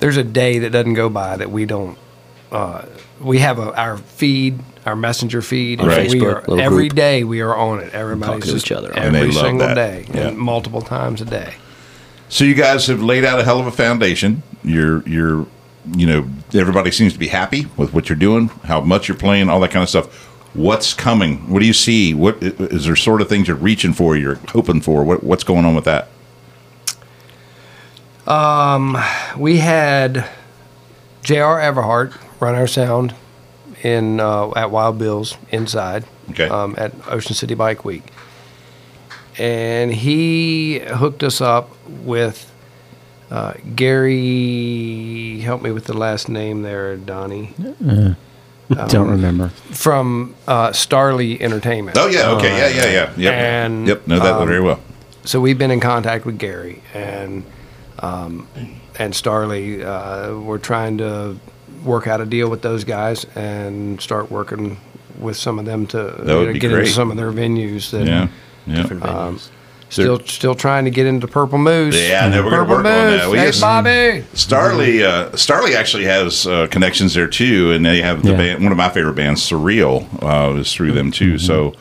[SPEAKER 4] There's a day that doesn't go by that we don't. Uh, we have a, our feed, our messenger feed.
[SPEAKER 5] On
[SPEAKER 4] and we
[SPEAKER 5] Facebook,
[SPEAKER 4] are,
[SPEAKER 5] little
[SPEAKER 4] every
[SPEAKER 5] group.
[SPEAKER 4] day we are on it. Everybody's
[SPEAKER 5] Talking to
[SPEAKER 4] just
[SPEAKER 5] each other.
[SPEAKER 1] And they
[SPEAKER 4] every
[SPEAKER 1] love
[SPEAKER 4] single
[SPEAKER 1] that.
[SPEAKER 4] day,
[SPEAKER 1] Yeah.
[SPEAKER 4] and multiple times a day.
[SPEAKER 1] So you guys have laid out a hell of a foundation. You're you're you know everybody seems to be happy with what you're doing, how much you're playing, all that kind of stuff. What's coming? What do you see? What is there sort of things you're reaching for? You're hoping for? What what's going on with that?
[SPEAKER 4] we had J.R. Everhart run our sound in uh, at Wild Bill's inside
[SPEAKER 1] Okay.
[SPEAKER 4] um, at Ocean City Bike Week, and he hooked us up with uh, Gary. Help me with the last name there, Donnie
[SPEAKER 6] Don't remember.
[SPEAKER 4] from uh, Starly Entertainment.
[SPEAKER 1] Oh yeah, okay, yeah, yeah, yeah,
[SPEAKER 6] Uh,
[SPEAKER 1] yep,
[SPEAKER 4] And,
[SPEAKER 1] yep. Know that
[SPEAKER 4] um,
[SPEAKER 1] very well.
[SPEAKER 4] so we've been in contact with Gary and um, and Starley. Uh, we're trying to work out a deal with those guys and start working with some of them to
[SPEAKER 1] That would be
[SPEAKER 4] get
[SPEAKER 1] great.
[SPEAKER 4] into some of their venues
[SPEAKER 6] um,
[SPEAKER 4] that
[SPEAKER 1] Yeah, yeah.
[SPEAKER 4] still still trying to get into Purple Moose.
[SPEAKER 1] Yeah, I know, we're gonna
[SPEAKER 4] Purple
[SPEAKER 1] work on
[SPEAKER 4] Moose.
[SPEAKER 1] that. We
[SPEAKER 4] hey,
[SPEAKER 1] just-
[SPEAKER 4] Bobby.
[SPEAKER 1] Starley uh, Starley actually has uh, connections there too, and they have the
[SPEAKER 6] Yeah. Mm-hmm.
[SPEAKER 1] band. One of my favorite bands, Surreal, uh, is through them too. So.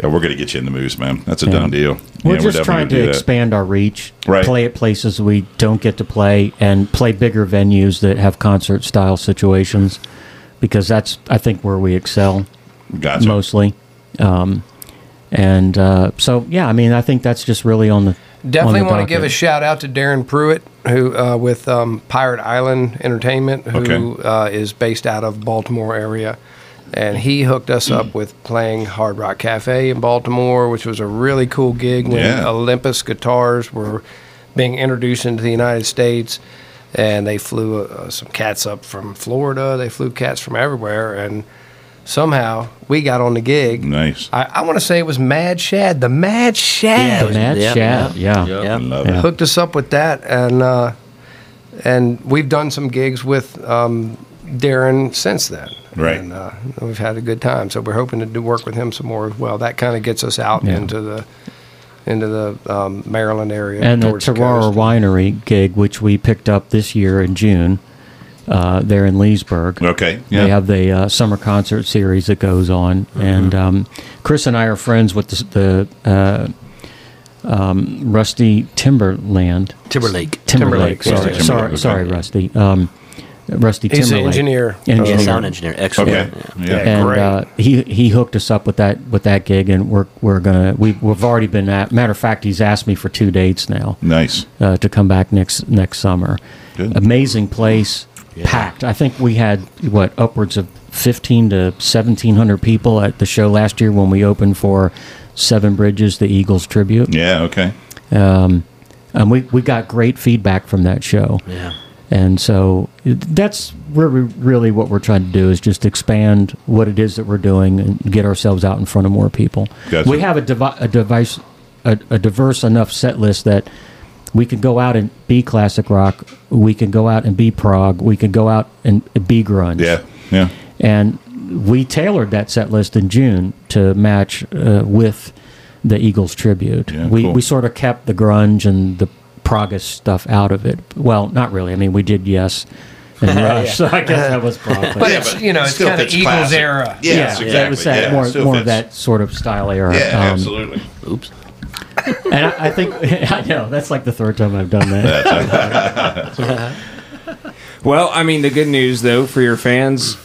[SPEAKER 1] Yeah, we're going to get you in the moves, man. That's a done deal.
[SPEAKER 6] We're
[SPEAKER 1] Yeah,
[SPEAKER 6] just
[SPEAKER 1] definitely
[SPEAKER 6] trying
[SPEAKER 1] gonna do
[SPEAKER 6] to
[SPEAKER 1] that.
[SPEAKER 6] expand our reach,
[SPEAKER 1] Right.
[SPEAKER 6] play at places we don't get to play, and play bigger venues that have concert style situations, because that's I think where we excel
[SPEAKER 1] Gotcha.
[SPEAKER 6] mostly. Um, and uh, so yeah, I mean I think that's just really on the
[SPEAKER 4] Definitely
[SPEAKER 6] on the
[SPEAKER 4] want to give a
[SPEAKER 6] docket.
[SPEAKER 4] shout out to Darren Pruitt, who uh, with um, Pirate Island Entertainment, who
[SPEAKER 1] Okay.
[SPEAKER 4] uh, is based out of Baltimore area, and he hooked us up with playing Hard Rock Cafe in Baltimore, which was a really cool gig when
[SPEAKER 1] Yeah.
[SPEAKER 4] Olympus guitars were being introduced into the United States, and they flew uh, some cats up from Florida. They flew cats from everywhere, and somehow we got on the gig.
[SPEAKER 1] Nice.
[SPEAKER 4] I, I want to say it was Mad Shad, the Mad Shad
[SPEAKER 6] the mad
[SPEAKER 5] Yeah,
[SPEAKER 6] shout, yeah.
[SPEAKER 1] I
[SPEAKER 5] Yeah.
[SPEAKER 1] love it.
[SPEAKER 4] hooked us up with that, and uh, and we've done some gigs with um, Darren since then.
[SPEAKER 1] Right.
[SPEAKER 4] and uh, we've had a good time. So we're hoping to do work with him some more. as Well, that kind of gets us out
[SPEAKER 6] Yeah.
[SPEAKER 4] into the into the um, Maryland area
[SPEAKER 6] and the
[SPEAKER 4] towards the
[SPEAKER 6] Terroir
[SPEAKER 4] coast.
[SPEAKER 6] Winery gig, which we picked up this year in June, uh, there in Leesburg.
[SPEAKER 1] Okay.
[SPEAKER 6] They
[SPEAKER 1] Yeah. Mm-hmm.
[SPEAKER 6] have the uh, summer concert series that goes on, and um, Chris and I are friends with the, the uh, um, Rusty Timberland.
[SPEAKER 5] Timberlake.
[SPEAKER 6] Timberlake.
[SPEAKER 4] Timberlake, yeah.
[SPEAKER 6] Sorry,
[SPEAKER 1] Timberlake,
[SPEAKER 6] sorry,
[SPEAKER 1] okay.
[SPEAKER 6] sorry, Rusty. Um, Rusty
[SPEAKER 4] He's an
[SPEAKER 6] Timberlake.
[SPEAKER 4] engineer.
[SPEAKER 5] Yeah,
[SPEAKER 6] Engineer.
[SPEAKER 5] sound engineer. Excellent.
[SPEAKER 1] Okay.
[SPEAKER 5] Yeah.
[SPEAKER 1] Yeah.
[SPEAKER 6] and
[SPEAKER 4] great.
[SPEAKER 6] uh, he he hooked us up with that with that gig, and we're we're gonna we, we've already been at. Matter of fact, he's asked me for two dates now
[SPEAKER 1] Nice.
[SPEAKER 6] uh, to come back next next summer.
[SPEAKER 1] Good.
[SPEAKER 6] Amazing place, packed. I think we had what upwards of fifteen to seventeen hundred people at the show last year when we opened for Seven Bridges, the Eagles tribute.
[SPEAKER 1] Yeah. Okay.
[SPEAKER 6] Um, and we we got great feedback from that show.
[SPEAKER 5] Yeah.
[SPEAKER 6] And so it- that's where we really what we're trying to do is just expand what it is that we're doing and get ourselves out in front of more people.
[SPEAKER 1] Gotcha.
[SPEAKER 6] We have a, devi- a device, a, a diverse enough set list that we can go out and be classic rock, we can go out and be prog, we can go out and be grunge.
[SPEAKER 1] Yeah. Yeah.
[SPEAKER 6] And we tailored that set list in June to match uh, with the Eagles tribute.
[SPEAKER 1] Yeah,
[SPEAKER 6] we
[SPEAKER 1] cool.
[SPEAKER 6] we sort of kept the grunge and the proggish stuff out of it. Well, not really. I mean, we did yes and Rush. So I guess that was probably.
[SPEAKER 4] But it's, you know, it's
[SPEAKER 1] still
[SPEAKER 4] kind of
[SPEAKER 1] fits
[SPEAKER 4] Eagles
[SPEAKER 1] classic.
[SPEAKER 4] era.
[SPEAKER 1] Yeah, yes,
[SPEAKER 6] yeah, that was
[SPEAKER 1] exactly.
[SPEAKER 6] that
[SPEAKER 1] Yeah,
[SPEAKER 6] more,
[SPEAKER 1] still
[SPEAKER 6] more of
[SPEAKER 1] fits.
[SPEAKER 6] that sort of style era.
[SPEAKER 1] Yeah,
[SPEAKER 6] Um,
[SPEAKER 1] absolutely.
[SPEAKER 5] Oops.
[SPEAKER 6] And I, I think I know that's like the third time I've done that.
[SPEAKER 2] Well, I mean, the good news though for your fans,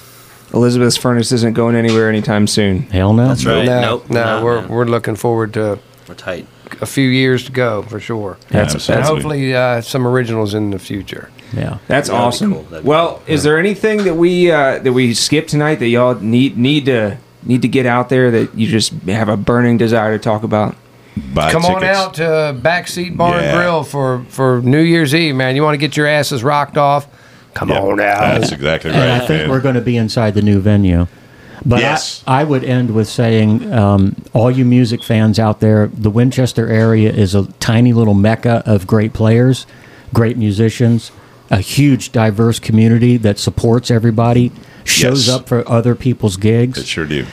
[SPEAKER 2] Elizabeth's furnace isn't going anywhere anytime soon.
[SPEAKER 6] Hell no.
[SPEAKER 5] That's right.
[SPEAKER 4] No,
[SPEAKER 5] nope.
[SPEAKER 4] no,
[SPEAKER 5] Nah,
[SPEAKER 4] we're
[SPEAKER 5] man.
[SPEAKER 4] we're looking forward to
[SPEAKER 5] we're tight.
[SPEAKER 4] a few years to go for sure.
[SPEAKER 6] That's-
[SPEAKER 1] Absolutely.
[SPEAKER 4] and hopefully uh, some originals in the future.
[SPEAKER 6] Yeah.
[SPEAKER 2] That's
[SPEAKER 5] That'd be
[SPEAKER 2] awesome.
[SPEAKER 5] cool. That'd be
[SPEAKER 2] Well, is there anything that we uh, that we skipped tonight that y'all need need to need to get out there that you just have a burning desire to talk about?
[SPEAKER 1] Buy
[SPEAKER 4] Come on
[SPEAKER 1] tickets.
[SPEAKER 4] out to Backseat Bar
[SPEAKER 1] Yeah.
[SPEAKER 4] and Grill for for New Year's Eve, man. You want to get your asses rocked off? Come
[SPEAKER 1] Yeah,
[SPEAKER 4] on out.
[SPEAKER 1] That's exactly right.
[SPEAKER 6] and I think
[SPEAKER 1] man.
[SPEAKER 6] we're going to be inside the new venue. But
[SPEAKER 1] Yes.
[SPEAKER 6] I, I would end with saying, um, all you music fans out there, the Winchester area is a tiny little mecca of great players, great musicians, a huge diverse community that supports everybody, shows
[SPEAKER 1] Yes.
[SPEAKER 6] up for other people's
[SPEAKER 1] It
[SPEAKER 6] gigs.
[SPEAKER 1] sure do.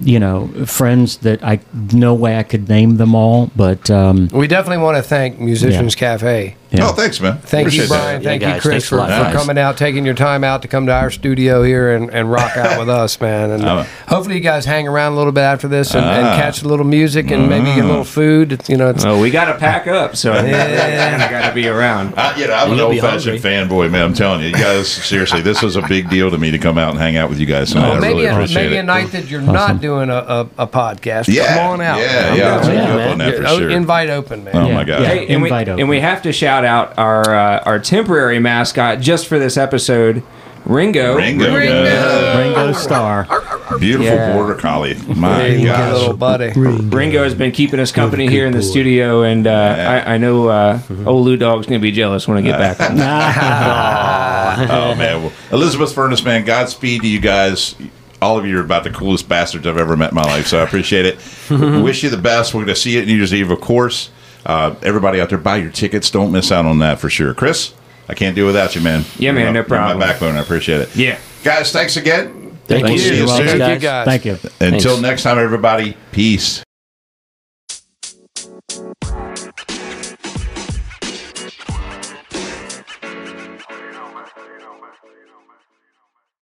[SPEAKER 6] You know, friends that I no way I could name them all, but um,
[SPEAKER 4] We definitely want to thank Musicians Cafe.
[SPEAKER 6] Yeah.
[SPEAKER 1] Oh, thanks, man.
[SPEAKER 4] Thank
[SPEAKER 1] Appreciate
[SPEAKER 4] you, Brian.
[SPEAKER 1] That.
[SPEAKER 4] Thank
[SPEAKER 5] Yeah,
[SPEAKER 4] you,
[SPEAKER 5] guys,
[SPEAKER 4] Chris,
[SPEAKER 5] thanks a
[SPEAKER 4] for,
[SPEAKER 5] lot,
[SPEAKER 4] for
[SPEAKER 5] guys.
[SPEAKER 4] coming out, taking your time out to come to our studio here and, and rock out with us, man. And
[SPEAKER 1] Oh.
[SPEAKER 4] hopefully, you guys hang around a little bit after this and, and
[SPEAKER 1] Ah. Mm-hmm.
[SPEAKER 4] catch a little music and maybe get a little food. It's, you know, it's,
[SPEAKER 2] Oh, we got to pack up, so I got to be around.
[SPEAKER 1] I, you know, I'm an
[SPEAKER 5] You'll be
[SPEAKER 1] old-fashioned fanboy, man. I'm telling you, you guys. seriously, this was a big deal to me to come out and hang out with you guys tonight.
[SPEAKER 4] well,
[SPEAKER 1] I
[SPEAKER 4] Oh, maybe
[SPEAKER 1] really
[SPEAKER 4] a,
[SPEAKER 1] appreciate
[SPEAKER 4] maybe
[SPEAKER 1] it.
[SPEAKER 4] a night that you're not doing a, a, a podcast.
[SPEAKER 1] yeah,
[SPEAKER 4] come on out.
[SPEAKER 1] Yeah,
[SPEAKER 4] I'm
[SPEAKER 1] yeah.
[SPEAKER 4] down.
[SPEAKER 1] I'll take
[SPEAKER 5] Yeah,
[SPEAKER 1] you up
[SPEAKER 5] man.
[SPEAKER 1] on that for
[SPEAKER 4] Oh,
[SPEAKER 1] sure.
[SPEAKER 4] Invite open, man.
[SPEAKER 1] Oh my god.
[SPEAKER 2] Hey, and we,
[SPEAKER 6] Invite over.
[SPEAKER 2] and we have to shout out our uh, our temporary mascot just for this episode, Ringo.
[SPEAKER 1] Ringo, yeah.
[SPEAKER 6] Ringo Star.
[SPEAKER 1] beautiful
[SPEAKER 2] Yeah.
[SPEAKER 1] border collie. My
[SPEAKER 4] Hey, my little
[SPEAKER 1] gosh.
[SPEAKER 4] buddy.
[SPEAKER 2] Ringo has been keeping us company here in the studio, and uh, I, I know uh, old Lou Dog's gonna be jealous when I get back. home.
[SPEAKER 1] Oh man, well, Elizabeth Furnace, man. Godspeed to you guys. All of you are about the coolest bastards I've ever met in my life, so I appreciate it. Wish you the best. We're going to see you at New Year's Eve, of course. Uh, everybody out there, buy your tickets. Don't miss out on that for sure. Chris, I can't do without you, man.
[SPEAKER 2] Yeah, man,
[SPEAKER 1] You're my-
[SPEAKER 2] no
[SPEAKER 1] you're
[SPEAKER 2] problem.
[SPEAKER 1] My backbone. I appreciate it.
[SPEAKER 2] Yeah.
[SPEAKER 1] guys, thanks again.
[SPEAKER 5] Thank
[SPEAKER 1] We'll
[SPEAKER 5] you.
[SPEAKER 1] see you
[SPEAKER 5] Thanks,
[SPEAKER 1] soon.
[SPEAKER 5] guys.
[SPEAKER 4] guys.
[SPEAKER 6] Thank you.
[SPEAKER 1] Until
[SPEAKER 5] Thanks.
[SPEAKER 1] next time, everybody. Peace.